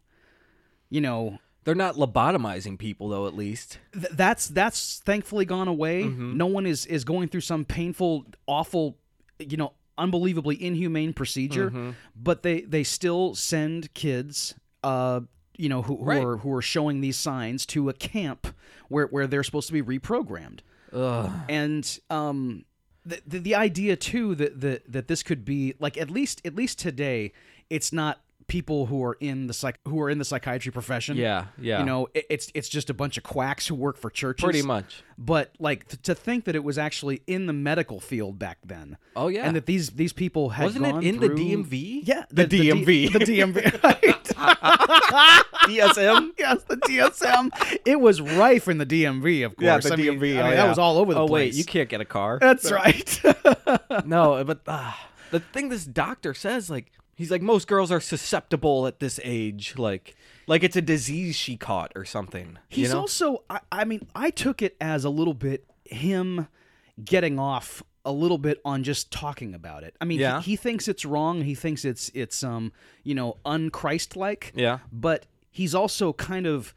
Speaker 2: You know,
Speaker 1: They're not lobotomizing people though at least.
Speaker 2: th- that's that's thankfully gone away. No one is is going through some painful, awful, you know, unbelievably inhumane procedure,
Speaker 1: Mm-hmm.
Speaker 2: but they they still send kids uh you know who, who
Speaker 1: Right.
Speaker 2: are who are showing these signs to a camp where where they're supposed to be reprogrammed.
Speaker 1: Ugh.
Speaker 2: and um the, the the idea too that that that this could be like at least at least today it's not people who are in the psych who are in the psychiatry profession
Speaker 1: Yeah, yeah.
Speaker 2: you know it, it's it's just a bunch of quacks who work for churches
Speaker 1: pretty much.
Speaker 2: but like th- to think that it was actually in the medical field back then
Speaker 1: Oh yeah.
Speaker 2: and that these these people had
Speaker 1: Wasn't it
Speaker 2: gone
Speaker 1: in the
Speaker 2: through-
Speaker 1: DMV?
Speaker 2: yeah
Speaker 1: The
Speaker 2: D-
Speaker 1: DMV.
Speaker 2: the DMV [LAUGHS] right.
Speaker 1: [LAUGHS]
Speaker 2: [LAUGHS]
Speaker 1: DSM?
Speaker 2: yes the DSM it was rife in the DMV of course I mean- I mean, that was all over the
Speaker 1: oh,
Speaker 2: place
Speaker 1: wait, you can't get a
Speaker 2: [LAUGHS]
Speaker 1: car. [LAUGHS]
Speaker 2: that's right
Speaker 1: no, but uh, the thing this doctor says, like, he's like, most girls are susceptible at this age, like, like it's a disease she caught or something.
Speaker 2: He's
Speaker 1: you know?
Speaker 2: also, I, I mean, I took it as a little bit him getting off a little bit on just talking about it. I mean, he-
Speaker 1: Yeah.
Speaker 2: he, thinks it's wrong. He thinks it's it's um you know unchristlike.
Speaker 1: Yeah.
Speaker 2: But he's also kind of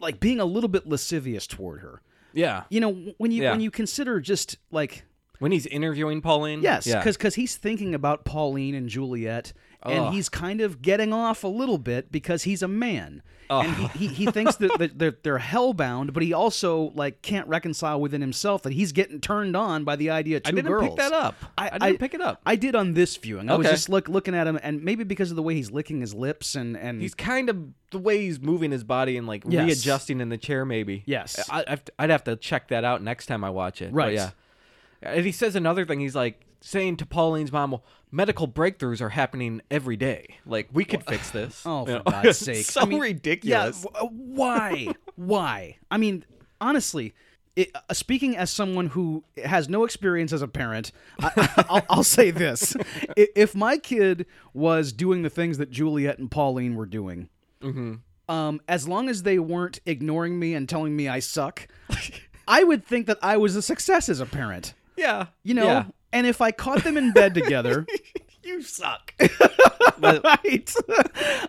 Speaker 2: like being a little bit lascivious toward her.
Speaker 1: yeah.
Speaker 2: You know, when you
Speaker 1: Yeah.
Speaker 2: when you consider just like
Speaker 1: When he's interviewing Pauline,
Speaker 2: yes,
Speaker 1: yeah,
Speaker 2: because he's thinking about Pauline and Juliet.
Speaker 1: Ugh.
Speaker 2: And he's kind of getting off a little bit because he's a man, and he, he, he thinks that, that they're, they're hellbound, but he also like can't reconcile within himself that he's getting turned on by the idea of two
Speaker 1: I didn't
Speaker 2: girls.
Speaker 1: pick that up. I, didn't pick it up.
Speaker 2: I did on this viewing. I was
Speaker 1: Okay.
Speaker 2: just look, looking at him, and maybe because of the way he's licking his lips and and
Speaker 1: he's kind of the way he's moving his body and like
Speaker 2: Yes.
Speaker 1: readjusting in the chair maybe
Speaker 2: Yes.
Speaker 1: I, I've, i'd have to check that out next time i watch it But
Speaker 2: Right.
Speaker 1: yeah and he says another thing he's like saying to pauline's mom well, medical breakthroughs are happening every day like we could fix this
Speaker 2: [LAUGHS] Oh,
Speaker 1: You [LAUGHS]
Speaker 2: for
Speaker 1: know?
Speaker 2: God's sake!
Speaker 1: so
Speaker 2: I mean,
Speaker 1: ridiculous
Speaker 2: Yeah, w- why? why? I mean, honestly, it, uh, speaking as someone who has no experience as a parent, I, [LAUGHS] I'll, I'll say this: I- if my kid was doing the things that Juliet and Pauline were doing,
Speaker 1: Mm-hmm.
Speaker 2: um, as long as they weren't ignoring me and telling me I suck, I would think that I was a success as a parent.
Speaker 1: yeah
Speaker 2: You know. [LAUGHS]
Speaker 1: Yeah.
Speaker 2: And if I caught them in bed together,
Speaker 1: you suck
Speaker 2: [LAUGHS] right.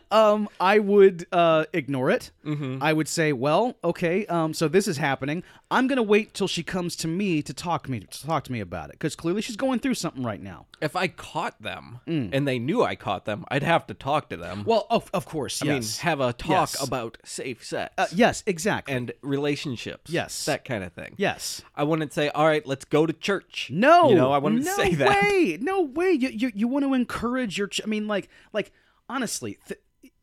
Speaker 2: um, I would uh, ignore it.
Speaker 1: Mm-hmm.
Speaker 2: I would say, well, okay, um, so this is happening. I'm gonna wait till she comes to me to talk me to talk to me about it because clearly she's going through something right now.
Speaker 1: [LAUGHS] if i caught them and they knew i caught them i'd have to talk to them
Speaker 2: Mm. Well, of, of course,
Speaker 1: i mean
Speaker 2: yes,
Speaker 1: have a talk
Speaker 2: Yes.
Speaker 1: about safe sex
Speaker 2: yes, exactly,
Speaker 1: and relationships
Speaker 2: Yes.
Speaker 1: that kind of thing
Speaker 2: yes.
Speaker 1: I wouldn't say, all right, let's go to church.
Speaker 2: No,
Speaker 1: You know, I wouldn't
Speaker 2: no
Speaker 1: say that.
Speaker 2: way, no way. You you, you want to encourage your? Ch- I mean, like like honestly, th- [SIGHS]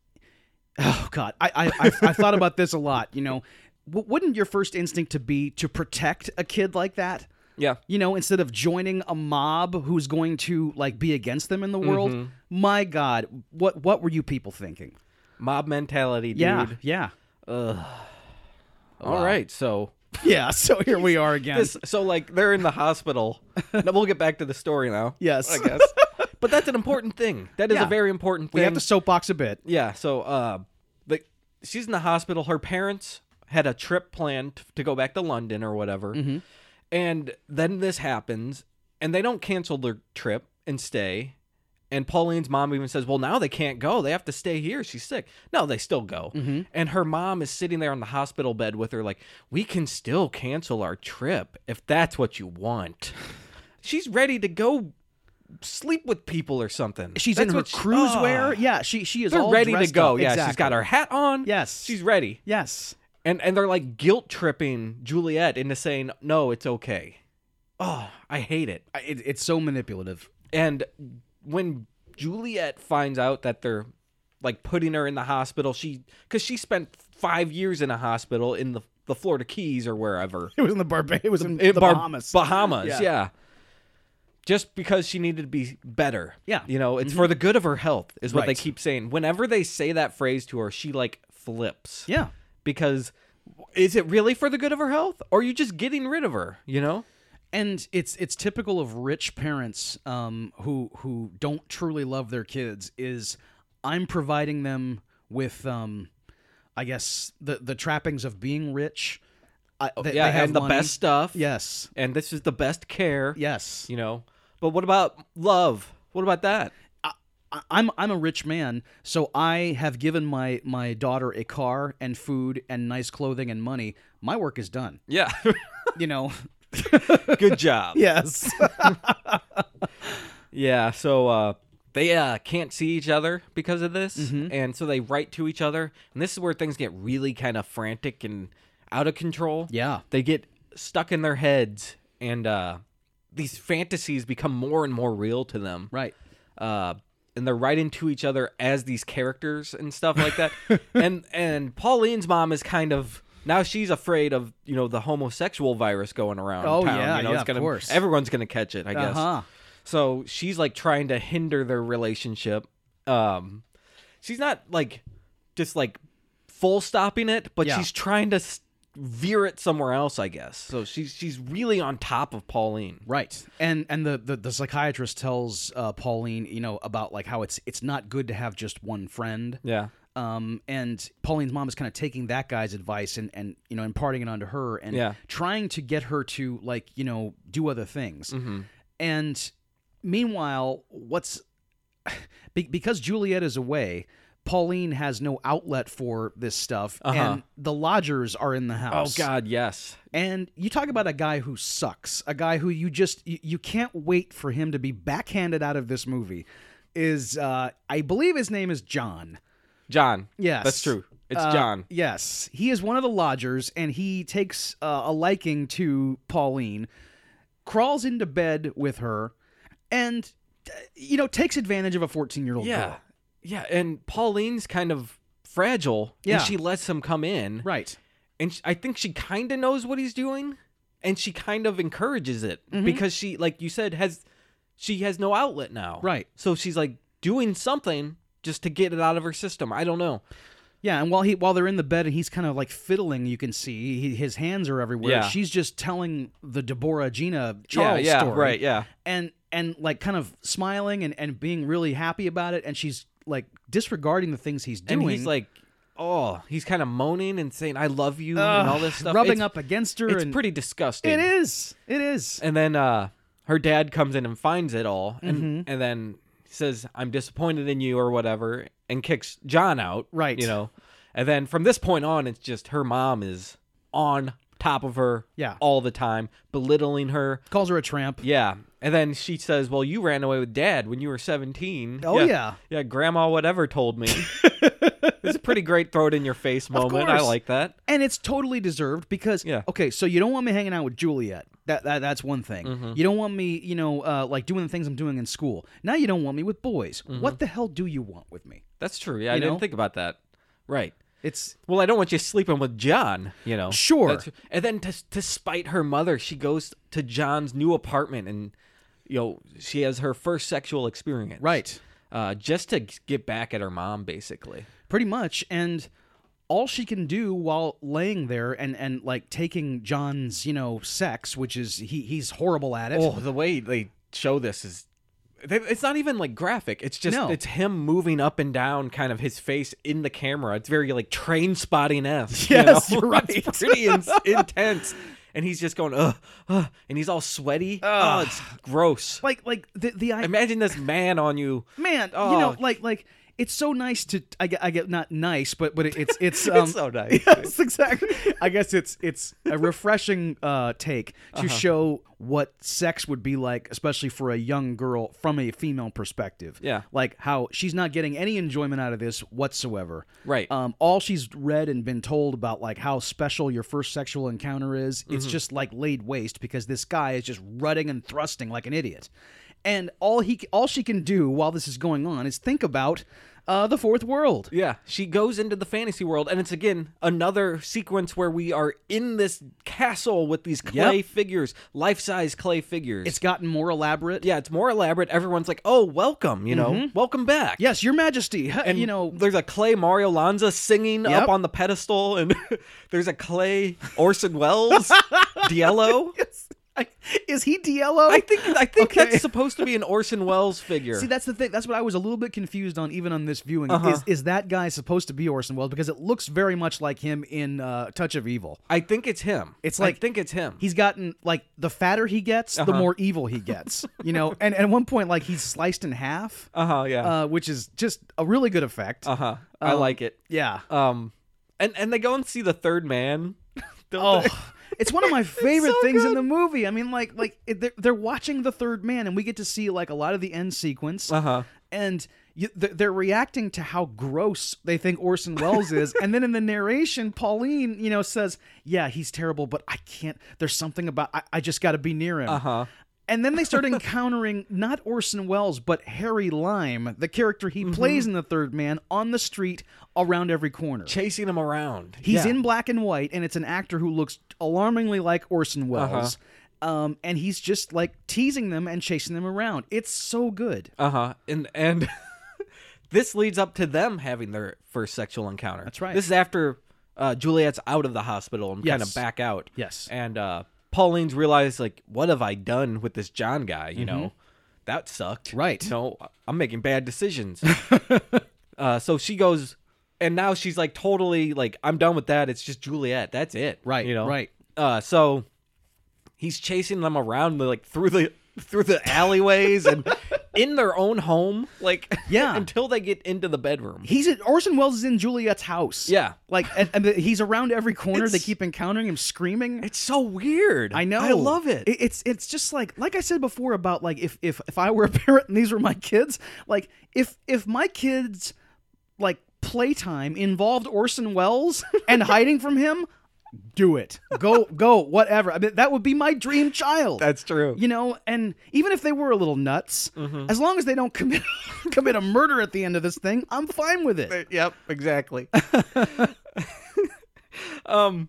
Speaker 2: oh god, I I I, I thought about this a lot. You know, w- wouldn't your first instinct to be to protect a kid like that?
Speaker 1: [LAUGHS] Yeah.
Speaker 2: you know, instead of joining a mob who's going to like be against them in the world.
Speaker 1: Mm-hmm.
Speaker 2: My God, what what were you people thinking?
Speaker 1: Mob mentality, dude.
Speaker 2: Yeah, yeah, [LAUGHS]
Speaker 1: All right. So
Speaker 2: yeah. So here we are again.
Speaker 1: this so like they're in the [LAUGHS] hospital. now we'll get back to the story now.
Speaker 2: Yes.
Speaker 1: I guess. but that's an important thing. That is
Speaker 2: Yeah.
Speaker 1: a very important thing.
Speaker 2: [LAUGHS] we have to soapbox a bit.
Speaker 1: Yeah, so uh the she's in the hospital, her parents had a trip planned to go back to London or whatever.
Speaker 2: Mm-hmm.
Speaker 1: And then this happens and they don't cancel their trip and stay. And Pauline's mom even says, "Well, now they can't go. They have to stay here. She's sick." No, they still go.
Speaker 2: Mm-hmm.
Speaker 1: And her mom is sitting there on the hospital bed with her like, "We can
Speaker 2: [SIGHS]
Speaker 1: still cancel our trip if that's what you want." She's ready to go sleep with people or something.
Speaker 2: She's
Speaker 1: That's
Speaker 2: in her
Speaker 1: what she-
Speaker 2: cruise
Speaker 1: Ah.
Speaker 2: wear. Yeah, she she is
Speaker 1: They're
Speaker 2: all
Speaker 1: ready to
Speaker 2: dressed
Speaker 1: go.
Speaker 2: up.
Speaker 1: Yeah, she's
Speaker 2: Exactly.
Speaker 1: got her hat on.
Speaker 2: Yes.
Speaker 1: she's ready.
Speaker 2: Yes.
Speaker 1: And and they're like guilt tripping Juliet into saying no, it's okay. Oh, I hate it.
Speaker 2: I- It, it's so manipulative.
Speaker 1: And when Juliet finds out that they're like putting her in the hospital, she because she spent five years in a hospital in the the Florida Keys or wherever.
Speaker 2: It was in the Barba. It was in
Speaker 1: It-
Speaker 2: the
Speaker 1: Bar-
Speaker 2: Bahamas.
Speaker 1: Bahamas,
Speaker 2: Yeah.
Speaker 1: yeah. Just because she needed to be better.
Speaker 2: Yeah. Mm-hmm.
Speaker 1: You know, it's for the good of her health, is what they
Speaker 2: Right.
Speaker 1: keep saying. Whenever they say that phrase to her, she like flips.
Speaker 2: yeah.
Speaker 1: Because is it really for the good of her health? Or are you just getting rid of her? You know?
Speaker 2: and it's it's typical of rich parents um, who who don't truly love their kids is I'm providing them with um, I guess the the trappings of being rich. I, they,
Speaker 1: Oh, Yeah,
Speaker 2: they have
Speaker 1: and the
Speaker 2: money.
Speaker 1: best stuff.
Speaker 2: Yes,
Speaker 1: And this is the best care.
Speaker 2: yes.
Speaker 1: You know? But what about love? What about that?
Speaker 2: I, I'm I'm a rich man, so I have given my my daughter a car and food and nice clothing and money. My work is done.
Speaker 1: Yeah.
Speaker 2: You know.
Speaker 1: [LAUGHS] good
Speaker 2: [LAUGHS]
Speaker 1: job.
Speaker 2: Yes.
Speaker 1: Yeah, so uh, they uh, can't see each other because of this,
Speaker 2: Mm-hmm.
Speaker 1: and so they write to each other, and this is where things get really kind of frantic and out of control.
Speaker 2: yeah.
Speaker 1: they get stuck in their heads, and uh, these fantasies become more and more real to them.
Speaker 2: Right.
Speaker 1: Uh, and they're writing to each other as these characters and stuff like
Speaker 2: [LAUGHS]
Speaker 1: that. and and Pauline's mom is kind of now she's afraid of you know the homosexual virus going around.
Speaker 2: Oh,
Speaker 1: town.
Speaker 2: yeah,
Speaker 1: you know,
Speaker 2: yeah,
Speaker 1: it's
Speaker 2: of
Speaker 1: gonna,
Speaker 2: course.
Speaker 1: Everyone's gonna catch it, I guess.
Speaker 2: Uh-huh.
Speaker 1: So she's like trying to hinder their relationship. Um, she's not like just like full stopping it, but
Speaker 2: Yeah.
Speaker 1: she's trying to s- veer it somewhere else, I guess. So she's she's really on top of Pauline.
Speaker 2: Right, and and the the, the psychiatrist tells uh, Pauline, you know, about like how it's it's not good to have just one friend.
Speaker 1: Yeah.
Speaker 2: Um, and Pauline's mom is kind of taking that guy's advice and and you know imparting it onto her and
Speaker 1: Yeah.
Speaker 2: trying to get her to like you know do other things.
Speaker 1: Mm-hmm.
Speaker 2: And meanwhile, what's [SIGHS] be- because Juliet is away. Pauline has no outlet for this stuff, and the lodgers are in the
Speaker 1: Uh-huh. Oh
Speaker 2: house.
Speaker 1: God, yes.
Speaker 2: And you talk about a guy who sucks, a guy who you just you, you can't wait for him to be backhanded out of this movie. Is uh I believe his name is John.
Speaker 1: John.
Speaker 2: Yes.
Speaker 1: That's true. It's
Speaker 2: Uh,
Speaker 1: John.
Speaker 2: Yes. He is one of the lodgers and he takes uh, a liking to Pauline, crawls into bed with her and uh, you know takes advantage of a 14-year-old
Speaker 1: Yeah.
Speaker 2: girl.
Speaker 1: Yeah. And Pauline's kind of fragile.
Speaker 2: Yeah.
Speaker 1: And she lets him come in. [LAUGHS]
Speaker 2: Right.
Speaker 1: and sh I think she kind of knows what he's doing, and she kind of encourages it
Speaker 2: Mm-hmm.
Speaker 1: because she, like you said, has she has no outlet now,
Speaker 2: Right.
Speaker 1: So she's like doing something just to get it out of her system. I don't know.
Speaker 2: Yeah, and while he while they're in the bed and he's kind of like fiddling, you can see he, his hands are everywhere.
Speaker 1: Yeah.
Speaker 2: She's just telling the Deborah Gina Charles
Speaker 1: yeah,
Speaker 2: story,
Speaker 1: right, yeah.
Speaker 2: and and like kind of smiling and and being really happy about it, and she's like disregarding the things he's doing.
Speaker 1: And he's like, oh, he's kind of moaning and saying, "I love you" and all this stuff,
Speaker 2: rubbing
Speaker 1: It's-
Speaker 2: up against her.
Speaker 1: It's
Speaker 2: and
Speaker 1: pretty disgusting.
Speaker 2: It is. It is.
Speaker 1: And then uh, her dad comes in and finds it all, and
Speaker 2: Mm-hmm.
Speaker 1: and then says, "I'm disappointed in you" or whatever, and kicks John out.
Speaker 2: Right.
Speaker 1: You know, and then from this point on, it's just her mom is on top of her,
Speaker 2: Yeah.
Speaker 1: all the time, belittling her.
Speaker 2: Calls her a tramp.
Speaker 1: Yeah. And then she says, "Well, you ran away with dad when you were 17."
Speaker 2: Oh,
Speaker 1: yeah.
Speaker 2: yeah.
Speaker 1: grandma whatever told
Speaker 2: [LAUGHS]
Speaker 1: me. it's a pretty great throw it in your face moment. I
Speaker 2: course.
Speaker 1: like that.
Speaker 2: and it's totally deserved because
Speaker 1: Yeah.
Speaker 2: okay so you don't want me hanging out with juliet that, that that's one thing you don't want me you know uh, like doing the things i'm doing in school now you don't want me with boys what the hell do you want with me
Speaker 1: That's true. Yeah, I
Speaker 2: You
Speaker 1: didn't
Speaker 2: know?
Speaker 1: think about that. Right.
Speaker 2: it's
Speaker 1: Well, I don't want you sleeping with John, you know.
Speaker 2: Sure.
Speaker 1: and then to, to spite her mother, she goes to John's new apartment and, you know, she has her first sexual experience.
Speaker 2: right
Speaker 1: Uh, just to g- get back at her mom, basically.
Speaker 2: pretty much and all she can do while laying there and and like taking john's you know sex which is he he's horrible at it
Speaker 1: Oh, the way they show this is. They, it's not even like graphic. It's just
Speaker 2: No.
Speaker 1: it's him moving up and down, kind of his face in the camera. It's very like train spotting esque.
Speaker 2: Yes,
Speaker 1: you know? [LAUGHS]
Speaker 2: you're
Speaker 1: It's pretty in- intense. And he's just going, ugh, ugh, and he's all sweaty. Oh, it's gross.
Speaker 2: like like the the I,
Speaker 1: Imagine this man on you.
Speaker 2: man
Speaker 1: Oh.
Speaker 2: you know like like it's so nice to I get, I get not nice, but but it, it's it's um,
Speaker 3: so nice.
Speaker 2: [LAUGHS] Yes, exactly. I guess it's it's a refreshing uh, take to show what sex would be like, especially for a young girl from a female perspective.
Speaker 1: Yeah.
Speaker 2: like how she's not getting any enjoyment out of this whatsoever.
Speaker 1: Right.
Speaker 2: Um, all she's read and been told about like how special your first sexual encounter is,
Speaker 1: Mm-hmm.
Speaker 2: it's just like laid waste because this guy is just rutting and thrusting like an idiot. And all he all she can do while this is going on is think about uh, the fourth world.
Speaker 1: Yeah, she goes into the fantasy world, and it's again another sequence where we are in this castle with these clay figures, life size clay figures.
Speaker 2: It's gotten more elaborate.
Speaker 1: yeah, it's more elaborate. Everyone's like, "Oh, welcome," you know, "Welcome back."
Speaker 2: Yes, Your Majesty. [LAUGHS] huh, Mm-hmm. you know,
Speaker 1: there's a clay Mario Lanza singing
Speaker 2: Yep.
Speaker 1: up on the pedestal, and [LAUGHS] there's a clay Orson
Speaker 2: [LAUGHS]
Speaker 1: Welles, Diello.
Speaker 2: I, is he Diello?
Speaker 1: I think I think
Speaker 2: Okay.
Speaker 1: that's supposed to be an Orson Welles figure.
Speaker 2: See, that's the thing. That's what I was a little bit confused on, even on this viewing.
Speaker 1: Uh-huh.
Speaker 2: Is is that guy supposed to be Orson Welles? Because it looks very much like him in uh, Touch of Evil.
Speaker 1: I think it's him.
Speaker 2: It's
Speaker 1: I
Speaker 2: like-
Speaker 1: think it's him.
Speaker 2: He's gotten like the fatter he gets,
Speaker 1: Uh-huh.
Speaker 2: the more evil he gets. You know, and, and at one point, like he's sliced in half,
Speaker 1: Uh huh. Yeah.
Speaker 2: uh, um, which is just a really good effect.
Speaker 1: uh huh. I like it.
Speaker 2: Yeah.
Speaker 1: Um, and and they go and see the third man. [LAUGHS] don't
Speaker 2: Oh,
Speaker 1: they?
Speaker 2: it's one
Speaker 1: [LAUGHS]
Speaker 2: of my favorite
Speaker 1: so
Speaker 2: things in
Speaker 1: good.
Speaker 2: the movie. I mean, like, like it, they're, they're watching the Third Man, and we get to see like a lot of the end sequence,
Speaker 1: Uh-huh.
Speaker 2: and you, th- they're reacting to how gross they think Orson Welles is. and then in the narration, Pauline, you know, says, "Yeah, he's terrible, but I can't. There's something about I, I just got to be near him."
Speaker 1: Uh-huh.
Speaker 2: And then they
Speaker 1: [LAUGHS]
Speaker 2: start encountering not Orson Welles, but Harry Lime, the character he
Speaker 1: Mm-hmm.
Speaker 2: plays in The Third Man, on the street around every corner.
Speaker 1: chasing him around.
Speaker 2: He's
Speaker 1: Yeah.
Speaker 2: in black and white, and it's an actor who looks alarmingly like Orson
Speaker 1: Uh-huh.
Speaker 2: Welles. Um, and he's just like teasing them and chasing them around. It's so good.
Speaker 1: uh-huh. And and [LAUGHS] this leads up to them having their first sexual encounter. That's
Speaker 2: right.
Speaker 1: This is after uh, Juliet's out of the hospital and kind
Speaker 2: Yes.
Speaker 1: of back out.
Speaker 2: Yes.
Speaker 1: And uh, Pauline's realized like, what have I done with this John guy? You know, that sucked.
Speaker 2: Mm-hmm. Right.
Speaker 1: No, I'm making bad
Speaker 2: [LAUGHS]
Speaker 1: decisions. uh, so she goes, and now she's like totally like, I'm done with that. It's just Juliet. That's it.
Speaker 2: Right,
Speaker 1: You know.
Speaker 2: right.
Speaker 1: Uh, so he's chasing them around the, like through the through the alleyways
Speaker 2: [LAUGHS]
Speaker 1: and in their own home like [LAUGHS]
Speaker 2: Yeah.
Speaker 1: until they get into the bedroom
Speaker 2: He's at, Orson Welles is in Juliet's house.
Speaker 1: Yeah.
Speaker 2: like and, and he's around every corner. they
Speaker 1: It's-
Speaker 2: keep encountering him, screaming.
Speaker 1: it's so weird
Speaker 2: I know.
Speaker 1: i love it,
Speaker 2: It's it's just like like I said before about like if if if I were a [LAUGHS] parent and these were my kids, like if if my kids like playtime involved Orson Welles [LAUGHS] and hiding from him, do it.
Speaker 1: [LAUGHS]
Speaker 2: Go go whatever. I mean that would be my dream child.
Speaker 1: true Mm-hmm.
Speaker 2: you know, and even if they were a little nuts, as long as they don't commit [LAUGHS] commit a murder at the end of this thing, I'm fine with it.
Speaker 1: yep exactly [LAUGHS] um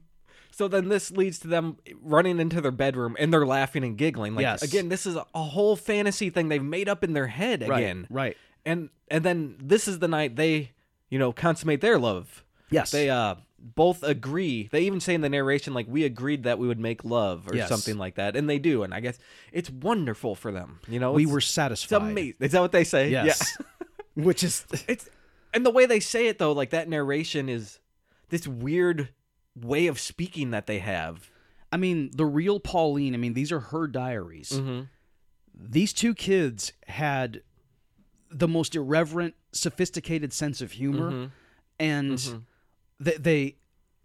Speaker 1: so then this leads to them running into their bedroom and they're laughing and giggling like
Speaker 2: Yes.
Speaker 1: again this is a a whole fantasy thing they've made up in their head again
Speaker 2: right.
Speaker 1: and and then this is the night they you know consummate their love
Speaker 2: Yes.
Speaker 1: they uh both agree they even say in the narration like we agreed that we would make love or
Speaker 2: Yes.
Speaker 1: something like that and they do and i guess it's wonderful for them you know
Speaker 2: we
Speaker 1: it's,
Speaker 2: were
Speaker 1: it's
Speaker 2: satisfied.
Speaker 1: amazing is that what they say Yeah.
Speaker 2: Yes. [LAUGHS] Which is
Speaker 1: it's and the way they say it though like that narration is this weird way of speaking that they have
Speaker 2: I mean, the real Pauline, I mean, these are her diaries.
Speaker 1: Mhm.
Speaker 2: These two kids had the most irreverent, sophisticated sense of
Speaker 1: Mm-hmm.
Speaker 2: humor and th- they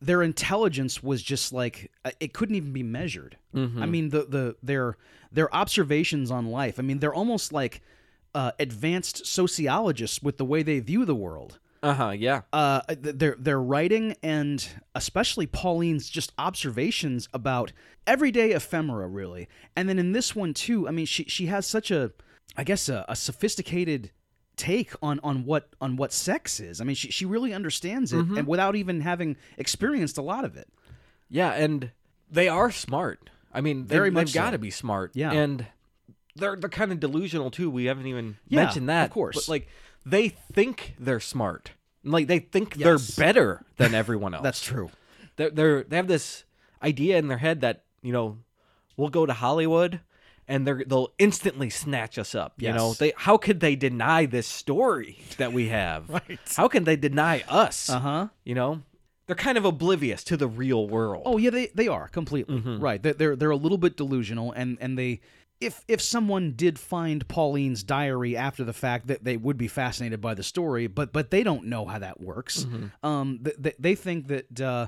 Speaker 2: their intelligence was just like uh, it couldn't even be measured. I
Speaker 1: Mm. Mm-hmm.
Speaker 2: mean, the the their their observations on life. I mean, they're almost like uh, advanced sociologists with the way they view the world
Speaker 1: uh-huh yeah
Speaker 2: uh, th- their their writing and especially Pauline's just observations about everyday ephemera, really. And then in this one too, I mean, she she has such a, I guess, a, a sophisticated take on on what on what sex is. I mean, she she really understands it, and without even having experienced a lot of it.
Speaker 1: Yeah, and they are smart. I mean, they,
Speaker 2: Very
Speaker 1: have
Speaker 2: much so.
Speaker 1: got to be smart.
Speaker 2: Yeah.
Speaker 1: and they're they're kind of delusional too. We haven't even
Speaker 2: Yeah,
Speaker 1: mentioned that,
Speaker 2: of course.
Speaker 1: But like, they think they're smart. Like they think
Speaker 2: Yes.
Speaker 1: they're better than
Speaker 2: [LAUGHS]
Speaker 1: everyone else.
Speaker 2: That's true.
Speaker 1: They're, they're they have this idea in their head that you know we'll go to Hollywood and they're they'll instantly snatch us up. You know
Speaker 2: Yes.
Speaker 1: they how could they deny this story that we have?
Speaker 2: [LAUGHS] Right.
Speaker 1: How can they deny us?
Speaker 2: Uh huh.
Speaker 1: You know they're kind of oblivious to the real world.
Speaker 2: Oh yeah, they they are completely right. They're, they're they're a little bit delusional, and and they if if someone did find Pauline's diary after the fact, that they would be fascinated by the story, but but they don't know how that works. Um, th- th- they think that uh,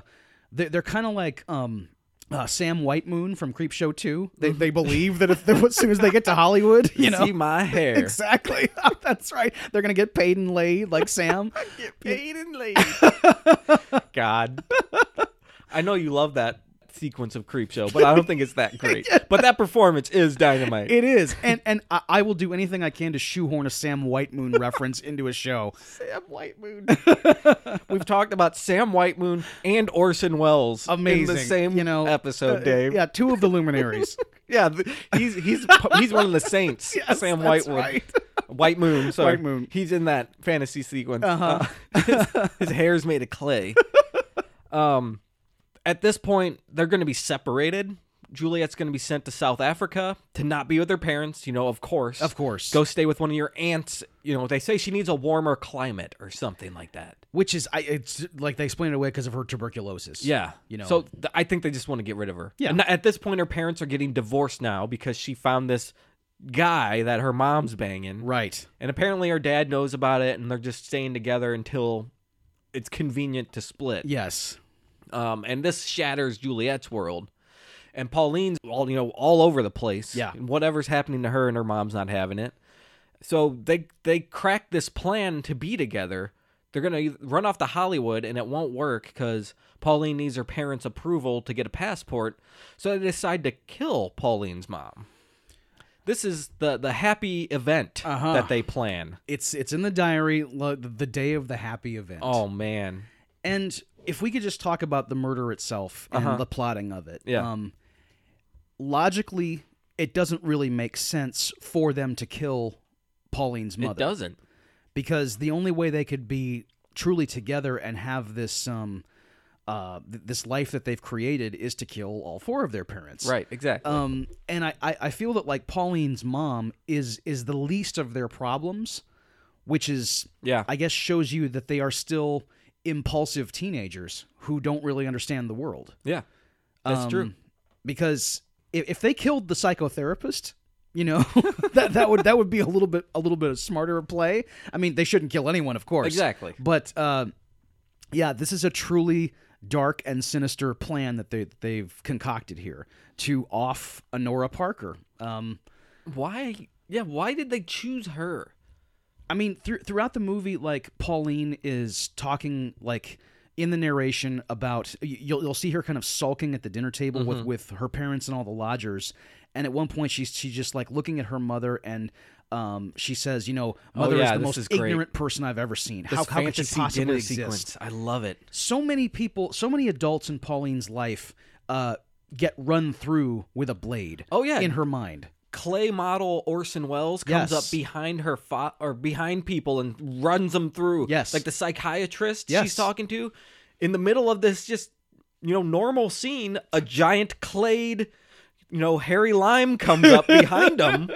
Speaker 2: they- they're kind of like um, uh, Sam White Moon from Creep Show Two. They, they believe that if, as soon as they get to Hollywood, you know,
Speaker 1: See my hair.
Speaker 2: exactly, [LAUGHS] that's right. They're gonna get paid and laid like Sam.
Speaker 1: Get paid and laid. [LAUGHS] God. I know you love that sequence of creep show, but I don't think it's that
Speaker 2: [LAUGHS]
Speaker 1: great. But that performance is dynamite.
Speaker 2: It
Speaker 1: [LAUGHS]
Speaker 2: is, and and I, I will do anything I can to shoehorn a Sam White Moon [LAUGHS] reference into a show.
Speaker 1: Sam White Moon. We've talked about Sam White Moon and Orson Welles
Speaker 2: Amazing,
Speaker 1: in the same
Speaker 2: you know,
Speaker 1: episode,
Speaker 2: Uh,
Speaker 1: Dave.
Speaker 2: Yeah, two of
Speaker 1: [LAUGHS]
Speaker 2: the luminaries.
Speaker 1: Yeah, th- he's he's he's one of the saints.
Speaker 2: [LAUGHS] Yes,
Speaker 1: Sam
Speaker 2: that's
Speaker 1: White Moon.
Speaker 2: right.
Speaker 1: White Moon. Sorry.
Speaker 2: White Moon.
Speaker 1: He's in that fantasy sequence. Uh-huh. his, his hair's made of
Speaker 2: [LAUGHS]
Speaker 1: clay. um, at this point, they're going to be separated. Juliet's going to be sent to South Africa to not be with her parents. You know, of course.
Speaker 2: Of course.
Speaker 1: Go stay with one of your aunts. You know, they say she needs a warmer climate or something like that.
Speaker 2: Which is, I it's like they explain it away because of her tuberculosis.
Speaker 1: Yeah,
Speaker 2: you know.
Speaker 1: So th- I think they just want to get rid of her.
Speaker 2: Yeah.
Speaker 1: And at this point, her parents are getting divorced now because she found this guy that her mom's banging,
Speaker 2: right.
Speaker 1: and apparently her dad knows about it, and they're just staying together until it's convenient to split.
Speaker 2: Yes.
Speaker 1: Um, and this shatters Juliet's world. And Pauline's all you know all over the place.
Speaker 2: Yeah.
Speaker 1: And whatever's happening to her and her mom's not having it. So they they crack this plan to be together. They're gonna e, run off to Hollywood, and it won't work because Pauline needs her parents' approval to get a passport. So they decide to kill Pauline's mom. This is the the happy event
Speaker 2: Uh-huh.
Speaker 1: that they plan.
Speaker 2: It's it's in the diary. lo- The day of the happy event.
Speaker 1: Oh man,
Speaker 2: And if we could just talk about the murder itself and the plotting of it.
Speaker 1: Uh-huh. Yeah.
Speaker 2: Um, logically, it doesn't really make sense for them to kill Pauline's mother.
Speaker 1: it doesn't.
Speaker 2: because the only way they could be truly together and have this um uh th- this life that they've created is to kill all four of their parents
Speaker 1: Right, exactly.
Speaker 2: um and I, I i feel that like pauline's mom is is the least of their problems which is
Speaker 1: yeah,
Speaker 2: i guess shows you that they are still impulsive teenagers who don't really understand the world
Speaker 1: yeah, that's
Speaker 2: Um,
Speaker 1: true.
Speaker 2: because if, if they killed the psychotherapist you know [LAUGHS] that that would that would be a little bit a little bit of smarter play i mean they shouldn't kill anyone of course
Speaker 1: Exactly.
Speaker 2: but uh, yeah, this is a truly dark and sinister plan that they they've concocted here to off Honora Parker. Um,
Speaker 1: Why? Yeah, why did they choose her?
Speaker 2: I mean, thr- throughout the movie, like Pauline is talking like in the narration about y- you'll you'll see her kind of sulking at the dinner table
Speaker 1: Mm-hmm.
Speaker 2: with with her parents and all the lodgers, and at one point she's she's just like looking at her mother and. Um, she says, "You know, mother
Speaker 1: Oh, yeah,
Speaker 2: is the
Speaker 1: this
Speaker 2: most
Speaker 1: is great.
Speaker 2: ignorant person I've ever seen.
Speaker 1: This
Speaker 2: how how could she
Speaker 1: fantasy
Speaker 2: possibly
Speaker 1: dinner
Speaker 2: exist?"
Speaker 1: sequence. I love it.
Speaker 2: so many people, so many adults in Pauline's life uh, get run through with a blade.
Speaker 1: Oh, yeah.
Speaker 2: in her mind.
Speaker 1: Clay model Orson Welles comes
Speaker 2: Yes.
Speaker 1: up behind her fo- or behind people and runs them through.
Speaker 2: Yes.
Speaker 1: like the psychiatrist she's
Speaker 2: Yes.
Speaker 1: talking to, in the middle of this just you know normal scene, a giant clayed, you know hairy lime comes
Speaker 2: [LAUGHS]
Speaker 1: up behind him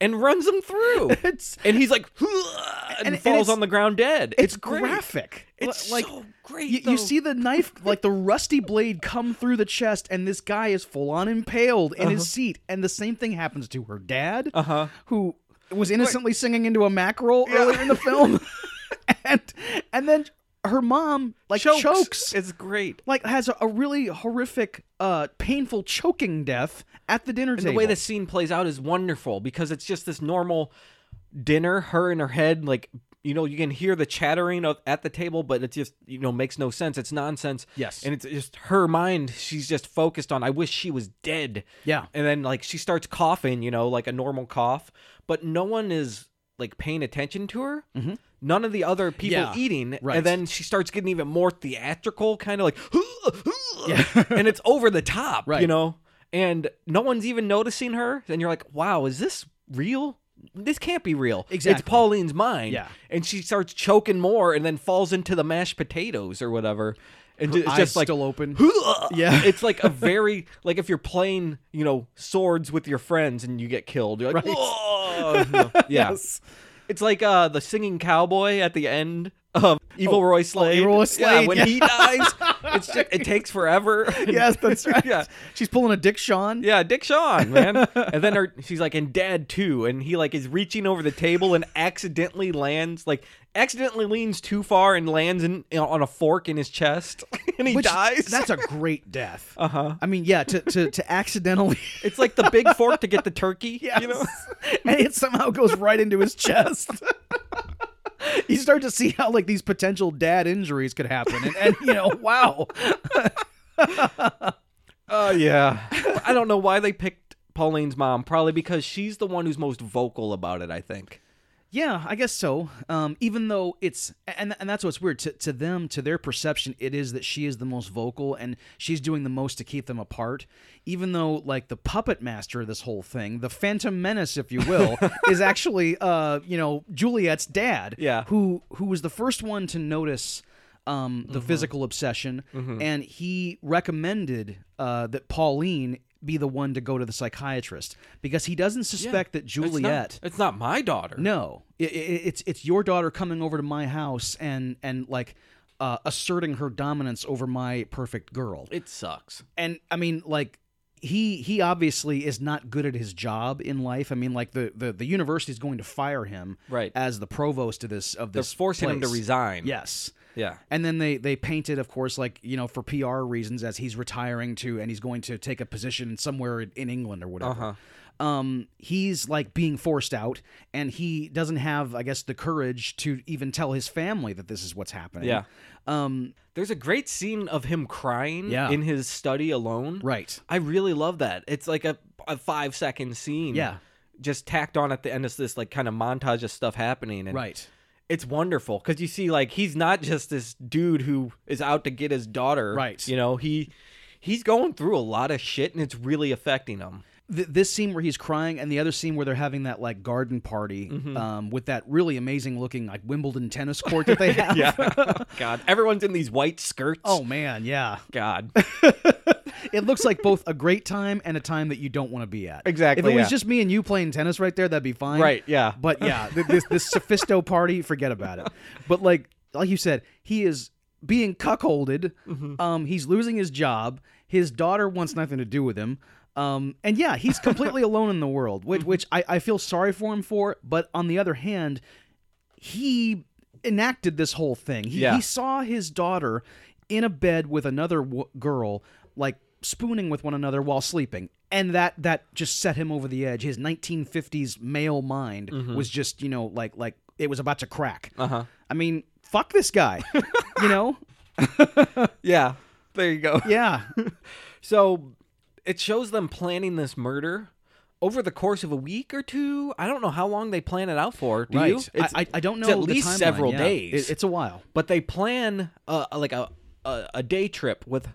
Speaker 1: and runs him through,
Speaker 2: It's
Speaker 1: and he's like and,
Speaker 2: And- and
Speaker 1: falls
Speaker 2: it's-
Speaker 1: on the ground dead. It's, great.
Speaker 2: graphic.
Speaker 1: It's
Speaker 2: L- like
Speaker 1: so great.
Speaker 2: you,
Speaker 1: though.
Speaker 2: you see the knife,
Speaker 1: [LAUGHS]
Speaker 2: like the rusty blade, come through the chest, and this guy is full on impaled in his seat. And the same thing happens to her dad,
Speaker 1: Uh-huh.
Speaker 2: who was innocently singing into a mackerel earlier in the film,
Speaker 1: [LAUGHS]
Speaker 2: and and then her mom like chokes.
Speaker 1: It's great.
Speaker 2: like has a, a really horrific, uh, painful choking death at the dinner table.
Speaker 1: the way the scene plays out is wonderful because it's just this normal dinner her in her head like you know you can hear the chattering of, at the table but it just you know makes no sense it's nonsense
Speaker 2: Yes.
Speaker 1: and it's just her mind she's just focused on i wish she was dead
Speaker 2: Yeah.
Speaker 1: and then like she starts coughing you know like a normal cough but no one is like paying attention to her none of the other people
Speaker 2: Mm-hmm. Yeah,
Speaker 1: eating
Speaker 2: right.
Speaker 1: and then she starts getting even more theatrical kind of like
Speaker 2: [LAUGHS]
Speaker 1: and it's over the top you
Speaker 2: Right.
Speaker 1: know and no one's even noticing her and you're like wow is this real this can't be real
Speaker 2: Exactly.
Speaker 1: it's pauline's mind
Speaker 2: Yeah.
Speaker 1: and she starts choking more and then falls into the mashed potatoes or whatever and ju- it's
Speaker 2: eyes
Speaker 1: just like
Speaker 2: still open.
Speaker 1: yeah
Speaker 2: Yeah.
Speaker 1: it's like a very like if you're playing you know swords with your friends and you get killed you're like "Whoa!" You know, yeah
Speaker 2: [LAUGHS] [LAUGHS] Yes.
Speaker 1: it's like uh the singing cowboy at the end of Evil Roy Slade.
Speaker 2: Oh, Evil Roy
Speaker 1: Yeah,
Speaker 2: Slade,
Speaker 1: when
Speaker 2: yeah.
Speaker 1: he dies, it's just, it takes
Speaker 2: [LAUGHS]
Speaker 1: forever.
Speaker 2: yes, that's right.
Speaker 1: Yeah.
Speaker 2: She's pulling a Dick
Speaker 1: [LAUGHS]
Speaker 2: Shawn.
Speaker 1: Yeah, Dick Shawn,
Speaker 2: [LAUGHS]
Speaker 1: man. and then her, she's like, and Dad too, and he like is reaching over the table and accidentally lands, like accidentally leans too far and lands in, on a fork in his chest, [LAUGHS] and he
Speaker 2: Which-
Speaker 1: dies. [LAUGHS]
Speaker 2: That's a great death.
Speaker 1: uh huh.
Speaker 2: I mean, yeah, to to, to accidentally [LAUGHS]
Speaker 1: It's like the big fork to get the turkey. You know.
Speaker 2: and it somehow goes right into his chest. [LAUGHS] you start to see how like these potential dad injuries could happen, and, and you know, wow,
Speaker 1: Oh yeah. I don't know why they picked Pauline's mom. Probably because she's the one who's most vocal about it. I think.
Speaker 2: yeah, I guess so. Um, even though it's and and that's what's weird to to them to their perception, it is that she is the most vocal and she's doing the most to keep them apart. Even though like the puppet master of this whole thing, the Phantom Menace, if you
Speaker 1: [LAUGHS]
Speaker 2: will, is actually uh you know Juliet's dad,
Speaker 1: Yeah.
Speaker 2: who who was the first one to notice um,
Speaker 1: Mm-hmm.
Speaker 2: the physical obsession, and he recommended uh, that Pauline be the one to go to the psychiatrist because he doesn't suspect that
Speaker 1: It's
Speaker 2: Juliet.
Speaker 1: not, it's not my daughter.
Speaker 2: no, i i it's it's your daughter coming over to my house and and like uh, asserting her dominance over my perfect girl.
Speaker 1: It sucks.
Speaker 2: And I mean, like he he obviously is not good at his job in life. I mean, like the the, the university is going to fire him
Speaker 1: Right.
Speaker 2: as the provost of this of
Speaker 1: They're
Speaker 2: this
Speaker 1: forcing him to
Speaker 2: place.
Speaker 1: resign.
Speaker 2: Yes.
Speaker 1: Yeah.
Speaker 2: And then they they painted, of course, like you know, for PR reasons, as he's retiring to, and he's going to take a position somewhere in England or whatever. Um, he's like being forced out, and he doesn't have, I guess, the courage to even tell his family that this is what's happening.
Speaker 1: Yeah.
Speaker 2: Um.
Speaker 1: There's a great scene of him crying
Speaker 2: Yeah.
Speaker 1: in his study alone.
Speaker 2: Right.
Speaker 1: I really love that. It's like a, a five second scene.
Speaker 2: Yeah.
Speaker 1: Just tacked on at the end is this like kind of montage of stuff happening. And
Speaker 2: Right.
Speaker 1: it's wonderful because you see like he's not just this dude who is out to get his daughter.
Speaker 2: Right.
Speaker 1: You know, he he's going through a lot of shit and it's really affecting [LAUGHS] him.
Speaker 2: Th- this scene where he's crying, and the other scene where they're having that like garden party, um, with that really amazing looking like Wimbledon tennis court that they have. [LAUGHS]
Speaker 1: [LAUGHS] God. Everyone's in these white skirts.
Speaker 2: Oh man, yeah. [LAUGHS]
Speaker 1: God.
Speaker 2: it looks like both a great time and a time that you don't want to be at.
Speaker 1: Exactly,
Speaker 2: If it was
Speaker 1: yeah.
Speaker 2: just me and you playing tennis right there, that'd be fine.
Speaker 1: Right, yeah. [LAUGHS]
Speaker 2: But yeah, th- this this Sophisto party, forget about it. But like like you said, he is being cuckolded.
Speaker 1: Mm-hmm.
Speaker 2: Um, he's losing his job. His daughter wants nothing to do with him. Um, and yeah,
Speaker 1: [LAUGHS]
Speaker 2: he's completely alone in the world,
Speaker 1: Mm-hmm.
Speaker 2: which which I, I feel sorry for him for. But on the other hand, he enacted this whole thing. He,
Speaker 1: Yeah.
Speaker 2: he saw his daughter in a bed with another w- girl, like spooning with one another while sleeping, and that that just set him over the edge. His 1950s male mind was just you know like like it was about to crack.
Speaker 1: Mm-hmm. Uh-huh.
Speaker 2: I mean, fuck
Speaker 1: [LAUGHS]
Speaker 2: this guy, you know?
Speaker 1: Yeah. There you go.
Speaker 2: Yeah,
Speaker 1: [LAUGHS] So it shows them planning this murder over the course of a week or two. I don't know how long they plan it out for. Do you?
Speaker 2: I, I, I don't know.
Speaker 1: It's at
Speaker 2: the
Speaker 1: least
Speaker 2: timeline,
Speaker 1: several
Speaker 2: yeah.
Speaker 1: days.
Speaker 2: It- it's a while.
Speaker 1: but they plan uh, like a, a a day trip with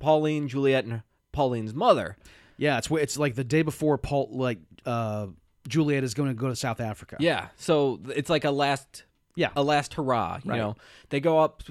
Speaker 1: Pauline, Juliet, and Pauline's mother.
Speaker 2: Yeah, it's wh- it's like the day before Paul like uh, Juliet is going to go to South Africa.
Speaker 1: Yeah. So th- it's like a last
Speaker 2: Yeah.
Speaker 1: a last hurrah. You
Speaker 2: Right.
Speaker 1: know, they go up.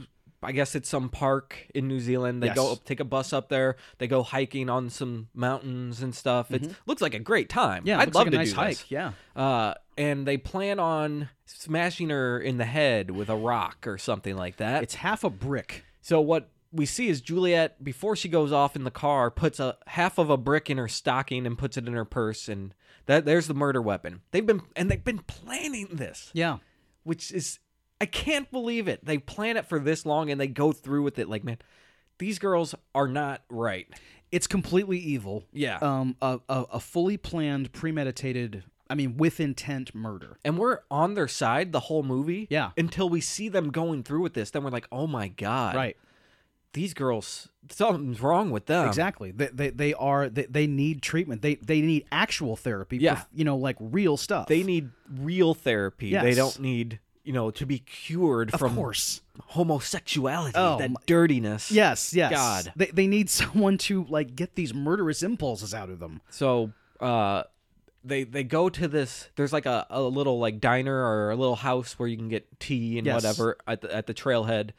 Speaker 1: I guess it's some park in New Zealand. They go
Speaker 2: Yes.
Speaker 1: up, take a bus up there. They go hiking on some mountains and stuff. It looks like a great time.
Speaker 2: Mm-hmm. Yeah, it
Speaker 1: I'd
Speaker 2: looks
Speaker 1: love
Speaker 2: like a
Speaker 1: to
Speaker 2: nice
Speaker 1: do
Speaker 2: hike.
Speaker 1: this.
Speaker 2: Yeah.
Speaker 1: Uh, and they plan on smashing her in the head with a rock or something like that.
Speaker 2: It's half a brick.
Speaker 1: so what we see is Juliet before she goes off in the car puts a half of a brick in her stocking and puts it in her purse and that there's the murder weapon. They've been and they've been planning this,
Speaker 2: Yeah.
Speaker 1: which is I can't believe it. They plan it for this long and they go through with it like man, these girls are not right.
Speaker 2: It's completely evil.
Speaker 1: Yeah.
Speaker 2: Um a, a, a fully planned, premeditated, I mean with intent murder.
Speaker 1: and we're on their side the whole movie
Speaker 2: Yeah.
Speaker 1: until we see them going through with this then we're like oh my god
Speaker 2: Right.
Speaker 1: these girls something's wrong with them
Speaker 2: Exactly. They, they they are they, they need treatment. They they need actual therapy.
Speaker 1: Yeah.
Speaker 2: prof- You know, like real stuff.
Speaker 1: they need real therapy they
Speaker 2: Yes.
Speaker 1: don't need you know to be cured
Speaker 2: of
Speaker 1: from
Speaker 2: course.
Speaker 1: homosexuality
Speaker 2: Oh,
Speaker 1: that
Speaker 2: my-
Speaker 1: dirtiness
Speaker 2: Yes, yes.
Speaker 1: God.
Speaker 2: They they need [LAUGHS] someone to like get these murderous impulses out of them.
Speaker 1: so uh they they go to this there's like a, a little like diner or a little house where you can get tea and
Speaker 2: Yes.
Speaker 1: whatever at the, at the trailhead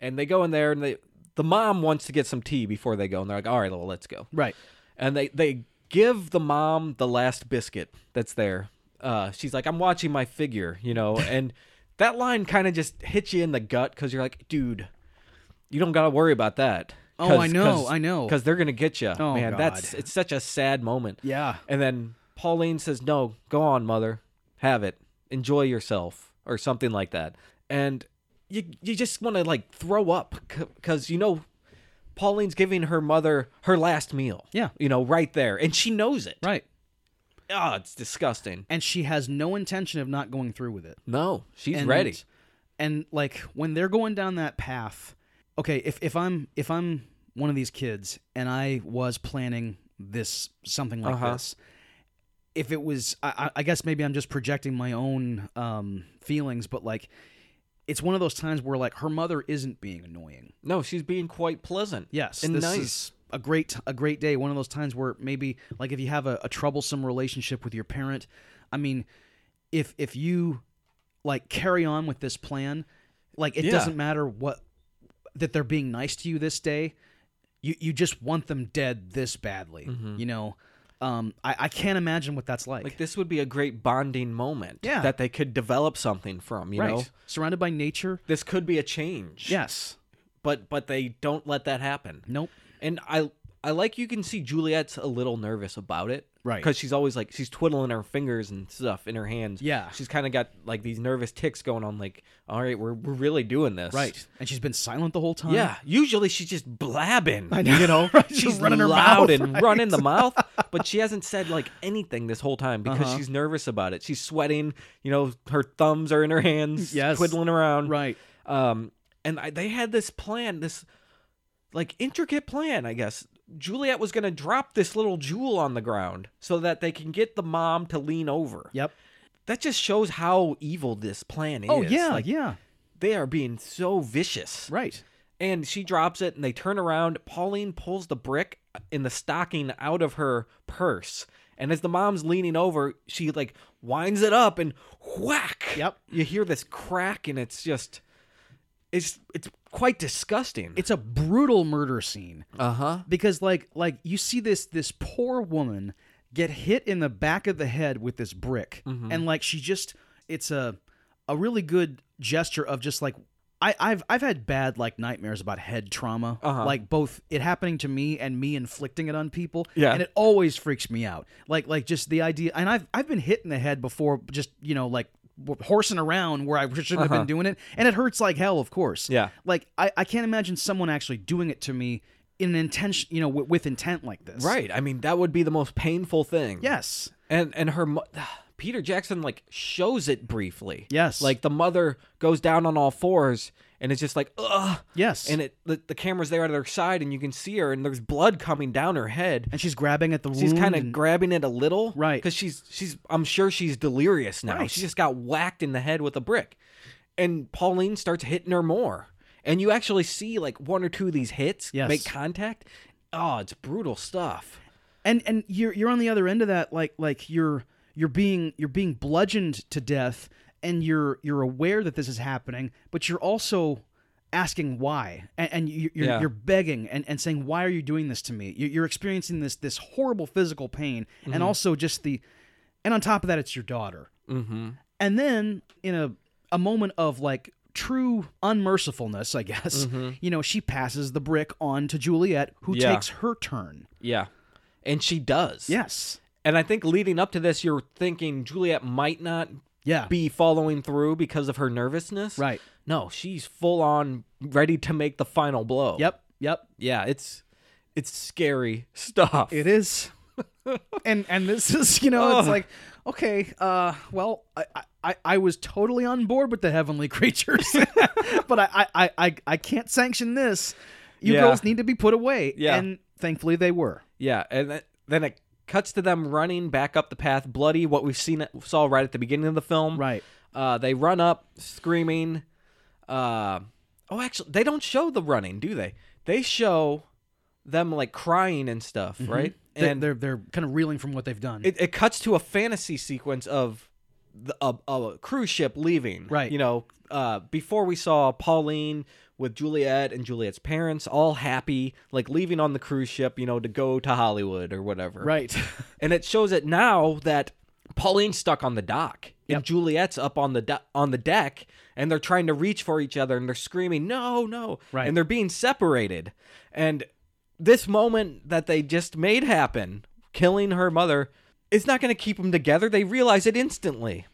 Speaker 1: and they go in there and they the mom wants to get some tea before they go and they're like all right well let's go
Speaker 2: Right.
Speaker 1: and they they give the
Speaker 2: [LAUGHS]
Speaker 1: mom the last biscuit that's there. Uh, she's like, I'm watching my figure, you know, and that line kind of just hits you in the gut because you're like, dude, you don't got to worry about that.
Speaker 2: Oh, I know, I know.
Speaker 1: Because they're gonna get you.
Speaker 2: Oh,
Speaker 1: man,
Speaker 2: God.
Speaker 1: that's it's such a sad moment.
Speaker 2: Yeah.
Speaker 1: And then Pauline says, "No, go on, mother. Have it. Enjoy yourself," or something like that. And you you just want to like throw up because you know Pauline's giving her mother her last meal.
Speaker 2: Yeah.
Speaker 1: You know, right there, and she knows it.
Speaker 2: Right.
Speaker 1: Oh, it's disgusting.
Speaker 2: And she has no intention of not going through with it.
Speaker 1: No, she's
Speaker 2: and,
Speaker 1: ready.
Speaker 2: And like when they're going down that path, okay, if if I'm if I'm one of these kids and I was planning this something like
Speaker 1: Uh-huh.
Speaker 2: this, if it was, I, I- I guess maybe I'm just projecting my own um, feelings, but like it's one of those times where like her mother isn't being annoying.
Speaker 1: No, she's being quite pleasant.
Speaker 2: Yes,
Speaker 1: and
Speaker 2: this
Speaker 1: nice.
Speaker 2: is a great a great day. One of those times where maybe like if you have a, a troublesome relationship with your parent, I mean, if if you like carry on with this plan, like it
Speaker 1: Yeah.
Speaker 2: doesn't matter what that they're being nice to you this day. You you just want them dead this badly, you know. Um, I, I can't imagine what that's like.
Speaker 1: Mm-hmm. Like this would be a great bonding moment
Speaker 2: Yeah.
Speaker 1: that they could develop something from, you
Speaker 2: right,
Speaker 1: know.
Speaker 2: surrounded by nature.
Speaker 1: This could be a change.
Speaker 2: Yes.
Speaker 1: But but they don't let that happen.
Speaker 2: Nope.
Speaker 1: And I I like you can see Juliet's a little nervous about it.
Speaker 2: Right.
Speaker 1: Cuz she's always like she's twiddling her fingers and stuff in her hands.
Speaker 2: Yeah.
Speaker 1: She's kind of got like these nervous ticks going on like, "All right, we're we're really doing this."
Speaker 2: Right. And she's been silent the whole time.
Speaker 1: Yeah, usually she's just blabbing.
Speaker 2: I know.
Speaker 1: [LAUGHS] You know,
Speaker 2: [LAUGHS] Right,
Speaker 1: [LAUGHS]
Speaker 2: just
Speaker 1: she's
Speaker 2: running her
Speaker 1: loud
Speaker 2: mouth,
Speaker 1: and
Speaker 2: [LAUGHS] right?
Speaker 1: running the mouth, but she hasn't said like anything this whole time because
Speaker 2: Uh-huh.
Speaker 1: she's nervous about it. She's sweating. You know, her thumbs are in her hands,
Speaker 2: Yes.
Speaker 1: twiddling around.
Speaker 2: Right.
Speaker 1: Um, and I, they had this plan, this like intricate plan, I guess. Juliet was going to drop this little jewel on the ground so that they can get the mom to lean over.
Speaker 2: Yep.
Speaker 1: That just shows how evil this plan is.
Speaker 2: Oh yeah.
Speaker 1: like
Speaker 2: yeah.
Speaker 1: they are being so vicious.
Speaker 2: Right.
Speaker 1: And she drops it, and they turn around. Pauline pulls the brick in the stocking out of her purse, and as the mom's leaning over, she like winds it up and whack.
Speaker 2: Yep.
Speaker 1: You hear this crack, and it's just, it's it's quite disgusting.
Speaker 2: It's a brutal murder scene.
Speaker 1: uh huh.
Speaker 2: because like like you see this this poor woman get hit in the back of the head with this brick
Speaker 1: Mm-hmm.
Speaker 2: and like she just it's a a really good gesture of just like I, I've I've had bad like nightmares about head trauma,
Speaker 1: Uh-huh.
Speaker 2: like both it happening to me and me inflicting it on people.
Speaker 1: Yeah.
Speaker 2: and it always freaks me out. Like like just the idea, and I've I've been hit in the head before, just you know like w- horsing around where I shouldn't have been doing it, and it hurts like hell, of course
Speaker 1: Uh-huh. Yeah.
Speaker 2: like I, I can't imagine someone actually doing it to me in an intention you know w- with intent like this
Speaker 1: Right. I mean, that would be the most painful thing.
Speaker 2: yes
Speaker 1: And and her mo- [SIGHS] Peter Jackson like shows it briefly.
Speaker 2: Yes.
Speaker 1: Like the mother goes down on all fours, and it's just like ugh.
Speaker 2: yes
Speaker 1: and
Speaker 2: and,
Speaker 1: it the, the camera's there at her side and you can see her and there's blood coming down her head
Speaker 2: she's grabbing at the
Speaker 1: she's
Speaker 2: wound
Speaker 1: kind of
Speaker 2: and-
Speaker 1: grabbing it a little
Speaker 2: Right.
Speaker 1: because she's she's i'm sure she's delirious now
Speaker 2: Right.
Speaker 1: she just got whacked in the head with a brick and pauline starts hitting her more and you actually see like one or two of these hits
Speaker 2: Yes.
Speaker 1: make contact oh it's brutal stuff
Speaker 2: and and you're you're on the other end of that like like you're you're being you're being bludgeoned to death and you're you're aware that this is happening but you're also asking why and, and you, you're,
Speaker 1: Yeah.
Speaker 2: you're begging and, and saying why are you doing this to me You- you're experiencing this this horrible physical pain and also just the and on top of that it's your daughter
Speaker 1: mm-hmm
Speaker 2: And then in a a moment of like true unmercifulness, I guess, you know, she passes the brick on to Juliet, who
Speaker 1: Mm-hmm. Yeah.
Speaker 2: takes her turn.
Speaker 1: yeah and she does
Speaker 2: Yes.
Speaker 1: and i think leading up to this you're thinking juliet might not
Speaker 2: Yeah.
Speaker 1: be following through because of her nervousness
Speaker 2: right.
Speaker 1: No, she's full on ready to make the final blow.
Speaker 2: Yep. Yep.
Speaker 1: Yeah, it's it's scary stuff.
Speaker 2: It is. [LAUGHS] and and this is, you know, it's
Speaker 1: Ugh.
Speaker 2: like, okay, uh, well, I, I, I was totally on board with the heavenly creatures. [LAUGHS] but I, I, I, I can't sanction this. You
Speaker 1: Yeah.
Speaker 2: girls need to be put away.
Speaker 1: Yeah.
Speaker 2: And thankfully they were.
Speaker 1: Yeah, and th- then it cuts to them running back up the path, bloody. What we've seen saw right at the beginning of the film.
Speaker 2: Right.
Speaker 1: Uh, they run up screaming. Uh, oh, actually, they don't show the running, do they? They show them like crying and stuff,
Speaker 2: Mm-hmm.
Speaker 1: right?
Speaker 2: And
Speaker 1: And
Speaker 2: they're they're kind of reeling from what they've done.
Speaker 1: it, it cuts to a fantasy sequence of the, a, a cruise ship leaving.
Speaker 2: Right.
Speaker 1: You know, uh, before we saw Pauline with Juliet and Juliet's parents all happy, like leaving on the cruise ship, you know, to go to Hollywood or whatever.
Speaker 2: right.
Speaker 1: And it shows it now that Pauline's stuck on the dock and Juliet's up on the do- on the deck and they're trying to reach for each other and they're screaming no no
Speaker 2: Right.
Speaker 1: and they're being separated and this moment that they just made happen killing her mother is not going to keep them together they realize it instantly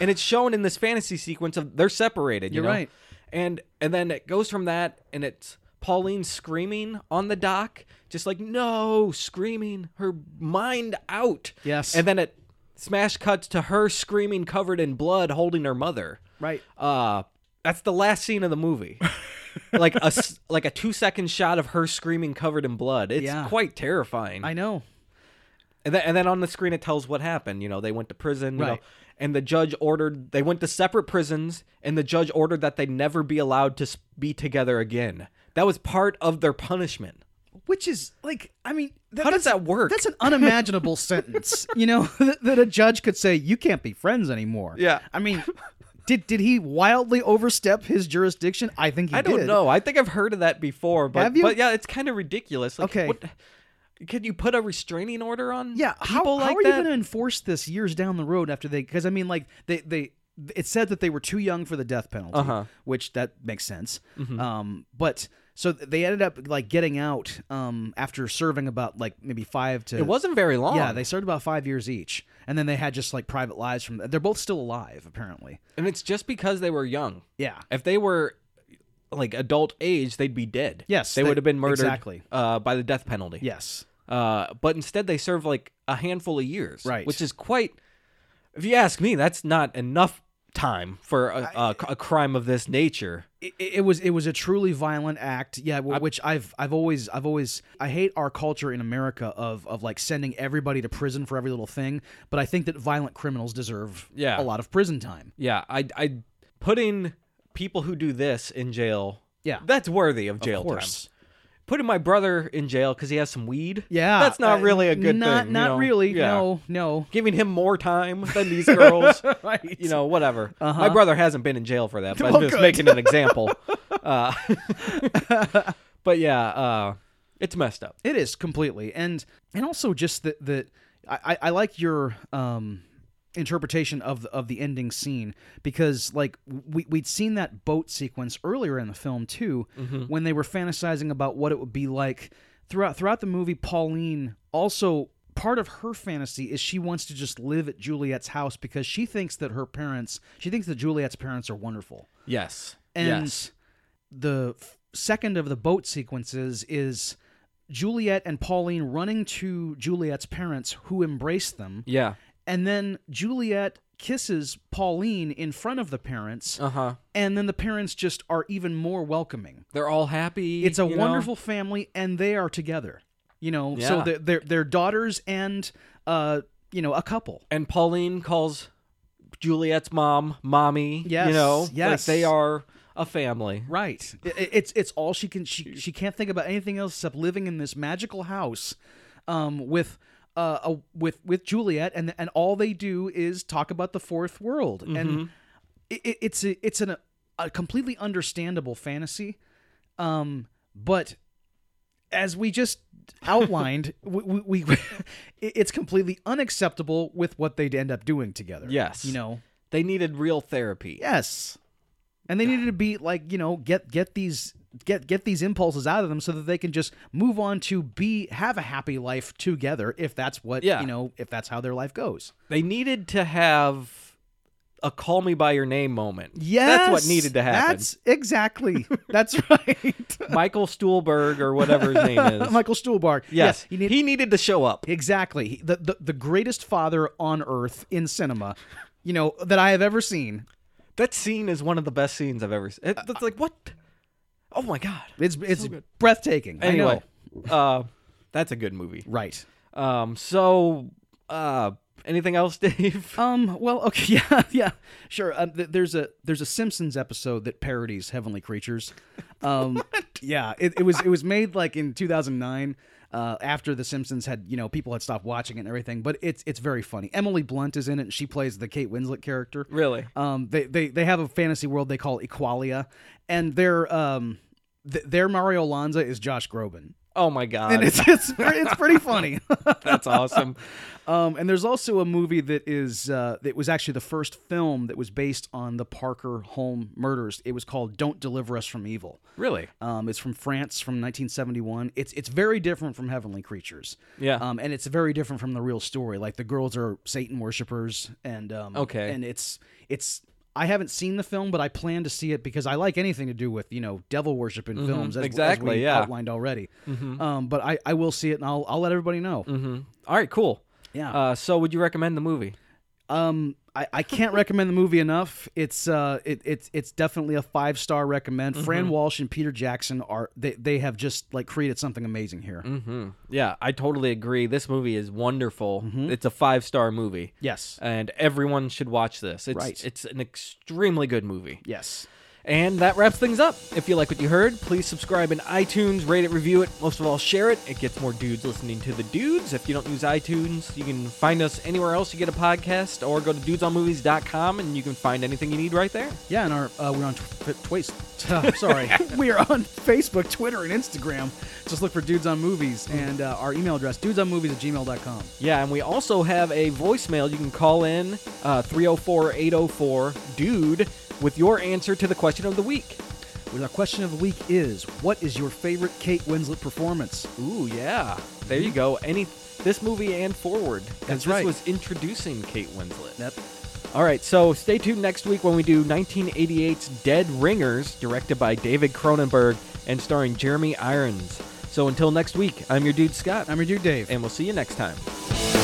Speaker 1: and it's shown in this fantasy sequence of they're separated you
Speaker 2: You're
Speaker 1: know?
Speaker 2: right.
Speaker 1: and and then it goes from that and it's pauline screaming on the dock just like no screaming her mind out
Speaker 2: Yes.
Speaker 1: and then it smash cuts to her screaming covered in blood holding her mother
Speaker 2: [LAUGHS] Right.
Speaker 1: uh that's the last scene of the
Speaker 2: [LAUGHS]
Speaker 1: movie like a s- like a two second shot of her screaming covered in blood it's
Speaker 2: Yeah.
Speaker 1: quite terrifying
Speaker 2: I know.
Speaker 1: and then, and then on the screen it tells what happened. You know, they went to prison. You know,
Speaker 2: Right.
Speaker 1: and the judge ordered they went to separate prisons, and the judge ordered that they never be allowed to s- be together again. That was part of their punishment.
Speaker 2: Which is like, I mean, that,
Speaker 1: How does
Speaker 2: that's-
Speaker 1: that work?
Speaker 2: That's an
Speaker 1: [LAUGHS]
Speaker 2: unimaginable sentence, you know, [LAUGHS] that, that a judge could say you can't be friends anymore.
Speaker 1: Yeah.
Speaker 2: I mean, did did he wildly overstep his jurisdiction? I think he
Speaker 1: I don't
Speaker 2: did.
Speaker 1: know. I think I've heard of that before, but
Speaker 2: Have you?
Speaker 1: but yeah, it's kind of ridiculous. Like,
Speaker 2: Okay.
Speaker 1: what, can you put a restraining order on?
Speaker 2: Yeah, how,
Speaker 1: people
Speaker 2: how
Speaker 1: like
Speaker 2: are
Speaker 1: that.
Speaker 2: you going to enforce this years down the road after they? Because I mean, like they they it said that they were too young for the death penalty,
Speaker 1: Uh-huh. Mm-hmm.
Speaker 2: which that makes sense. Um, but so they ended up like getting out um after serving about like maybe five to
Speaker 1: it wasn't very long.
Speaker 2: yeah they served about five years each, and then they had just like private lives from. They're both still alive apparently.
Speaker 1: and it's just because they were young.
Speaker 2: Yeah,
Speaker 1: If they were like adult age, they'd be dead.
Speaker 2: Yes,
Speaker 1: they,
Speaker 2: they-
Speaker 1: would have been murdered
Speaker 2: exactly.
Speaker 1: uh, by the death penalty.
Speaker 2: yes,
Speaker 1: Uh, but instead, they serve like a handful of years,
Speaker 2: Right.
Speaker 1: Which is quite, if you ask me, that's not enough time for a, a- a crime of this nature.
Speaker 2: it, it was it was a truly violent act. Yeah, wh- which I've I've always I've always I hate our culture in America of of like sending everybody to prison for every little thing. But I think that violent criminals deserve
Speaker 1: Yeah.
Speaker 2: a lot of prison time.
Speaker 1: Yeah, I, I putting people who do this in jail.
Speaker 2: Yeah.
Speaker 1: that's worthy of jail
Speaker 2: Of course.
Speaker 1: time. Putting my brother in jail because he has some weed.
Speaker 2: Yeah,
Speaker 1: that's not
Speaker 2: uh,
Speaker 1: really a good
Speaker 2: not,
Speaker 1: thing. you
Speaker 2: Not
Speaker 1: know?
Speaker 2: really.
Speaker 1: Yeah.
Speaker 2: No, no.
Speaker 1: Giving him more time than these [LAUGHS] girls.
Speaker 2: Right.
Speaker 1: You know, whatever. My brother hasn't been in jail for [LAUGHS] that, but
Speaker 2: Well,
Speaker 1: I'm just
Speaker 2: good.
Speaker 1: making an [LAUGHS] example. Uh, but yeah, uh, it's messed up.
Speaker 2: It is completely, and and also just that that I, I- I like your um interpretation of the, of the ending scene because like we we'd seen that boat sequence earlier in the film too when they were fantasizing about what it would be like throughout throughout the movie Pauline also part of her fantasy is she wants to just live at Juliet's house because she thinks that her parents she thinks that Juliet's parents are wonderful
Speaker 1: Yes.
Speaker 2: and
Speaker 1: yes.
Speaker 2: the f- second of the boat sequences is Juliet and Pauline running to Juliet's parents who embrace them.
Speaker 1: Yeah.
Speaker 2: And then Juliet kisses Pauline in front of the parents.
Speaker 1: Uh huh.
Speaker 2: And then the parents just are even more welcoming.
Speaker 1: They're all happy.
Speaker 2: It's a
Speaker 1: you know?
Speaker 2: wonderful family and they are together. You know,
Speaker 1: Yeah.
Speaker 2: so they're, they're, they're daughters and, uh, you know, a couple.
Speaker 1: And Pauline calls Juliet's mom, mommy. You
Speaker 2: Yes,
Speaker 1: know, like
Speaker 2: yes.
Speaker 1: they are a family.
Speaker 2: Right. I- I- It's it's all she can. She she can't think about anything else except living in this magical house, um, with uh a, with with Juliet, and and all they do is talk about the fourth world, and it, it- it's a, it's an, a completely understandable fantasy, um, but as we just outlined, we, we, [LAUGHS] we it- it's completely unacceptable with what they'd end up doing together.
Speaker 1: Yes.
Speaker 2: You know.
Speaker 1: They needed real therapy.
Speaker 2: Yes. And they needed to be like, you know, get get these get get these impulses out of them so that they can just move on to be have a happy life together if that's what
Speaker 1: Yeah.
Speaker 2: you know, if that's how their life goes.
Speaker 1: They needed to have a call me by your name moment. That's what needed to happen.
Speaker 2: That's
Speaker 1: [LAUGHS]
Speaker 2: exactly. That's right. [LAUGHS]
Speaker 1: Michael Stuhlberg or whatever his name is.
Speaker 2: Michael Stuhlbarg.
Speaker 1: yes.
Speaker 2: you need
Speaker 1: he needed to show up.
Speaker 2: Exactly. He- The, the the greatest father on earth in cinema, you know, that I have ever seen.
Speaker 1: That scene is one of the best scenes I've ever seen. It, it's like, what? Oh my God.
Speaker 2: It's it's breathtaking. I know.
Speaker 1: Anyway, uh, that's a good movie.
Speaker 2: Right.
Speaker 1: Um, so, uh, anything else, [LAUGHS] Dave?
Speaker 2: Um. Well. Okay. [LAUGHS] Yeah. Yeah. Sure. Um, th- there's a there's a Simpsons episode that parodies Heavenly Creatures. Um. Yeah. It, it was it was made like in 2009. Uh, after the Simpsons had you know people had stopped watching it and everything, but it's it's very funny. Emily Blunt is in it. and She plays the Kate Winslet character.
Speaker 1: Really?
Speaker 2: Um. They they they have a fantasy world they call Equalia, and their um th- their Mario Lanza is [LAUGHS] Josh Groban.
Speaker 1: Oh my god,
Speaker 2: and it's it's it's pretty funny.
Speaker 1: that's awesome.
Speaker 2: Um, and there's also a movie that is uh, that was actually the first film that was based on the Parker Home murders. It was called "Don't Deliver Us from Evil."
Speaker 1: Really?
Speaker 2: Um, it's from France from 1971. It's it's very different from Heavenly Creatures.
Speaker 1: Yeah.
Speaker 2: Um, and it's very different from the real story. Like the girls are Satan worshippers, and um,
Speaker 1: Okay.
Speaker 2: and it's it's. I haven't seen the film, but I plan to see it because I like anything to do with you know devil worship in films. As, as
Speaker 1: Mm-hmm. exactly,
Speaker 2: we
Speaker 1: yeah. Mm-hmm.
Speaker 2: outlined already. Um, but I, I will see it, and I'll I'll let everybody know.
Speaker 1: hmm All right, cool.
Speaker 2: Yeah.
Speaker 1: Uh, so, would you recommend the movie?
Speaker 2: Um, I, I can't recommend the movie enough. It's uh, it, it's it's definitely a five star recommend. Fran Walsh and Peter Jackson are they they have just like created something amazing here.
Speaker 1: Mm-hmm. Yeah, I totally agree. This movie is wonderful. It's a five star movie,
Speaker 2: Mm-hmm. Yes,
Speaker 1: and everyone should watch this. It's,
Speaker 2: Right.
Speaker 1: It's an extremely good movie.
Speaker 2: yes.
Speaker 1: And that wraps things up. If you like what you heard, please subscribe in iTunes, rate it, review it. Most of all, share it. It gets more dudes listening to the dudes. If you don't use iTunes, you can find us anywhere else you get a podcast or go to dudesonmovies.com and you can find anything you need right there.
Speaker 2: Yeah, and our uh, we're on tw- twice. [LAUGHS] sorry, we are on Facebook, Twitter, and Instagram. Just look for Dudes on Movies and uh, our email address dudesonmovies at gmail.com.
Speaker 1: Yeah, and we also have a voicemail you can call in uh, 304 804 Dude with your answer to the question of the week.
Speaker 2: Well, our question of the week is: What is your favorite Kate Winslet performance?
Speaker 1: Ooh, yeah. There you go. Any this movie and forward. 'cause
Speaker 2: That's
Speaker 1: this
Speaker 2: right.
Speaker 1: was introducing Kate Winslet.
Speaker 2: Yep.
Speaker 1: All right, so stay tuned next week when we do 1988's Dead Ringers, directed by David Cronenberg and starring Jeremy Irons. So until next week, I'm your dude Scott,
Speaker 2: I'm your dude, Dave.
Speaker 1: and we'll see you next time.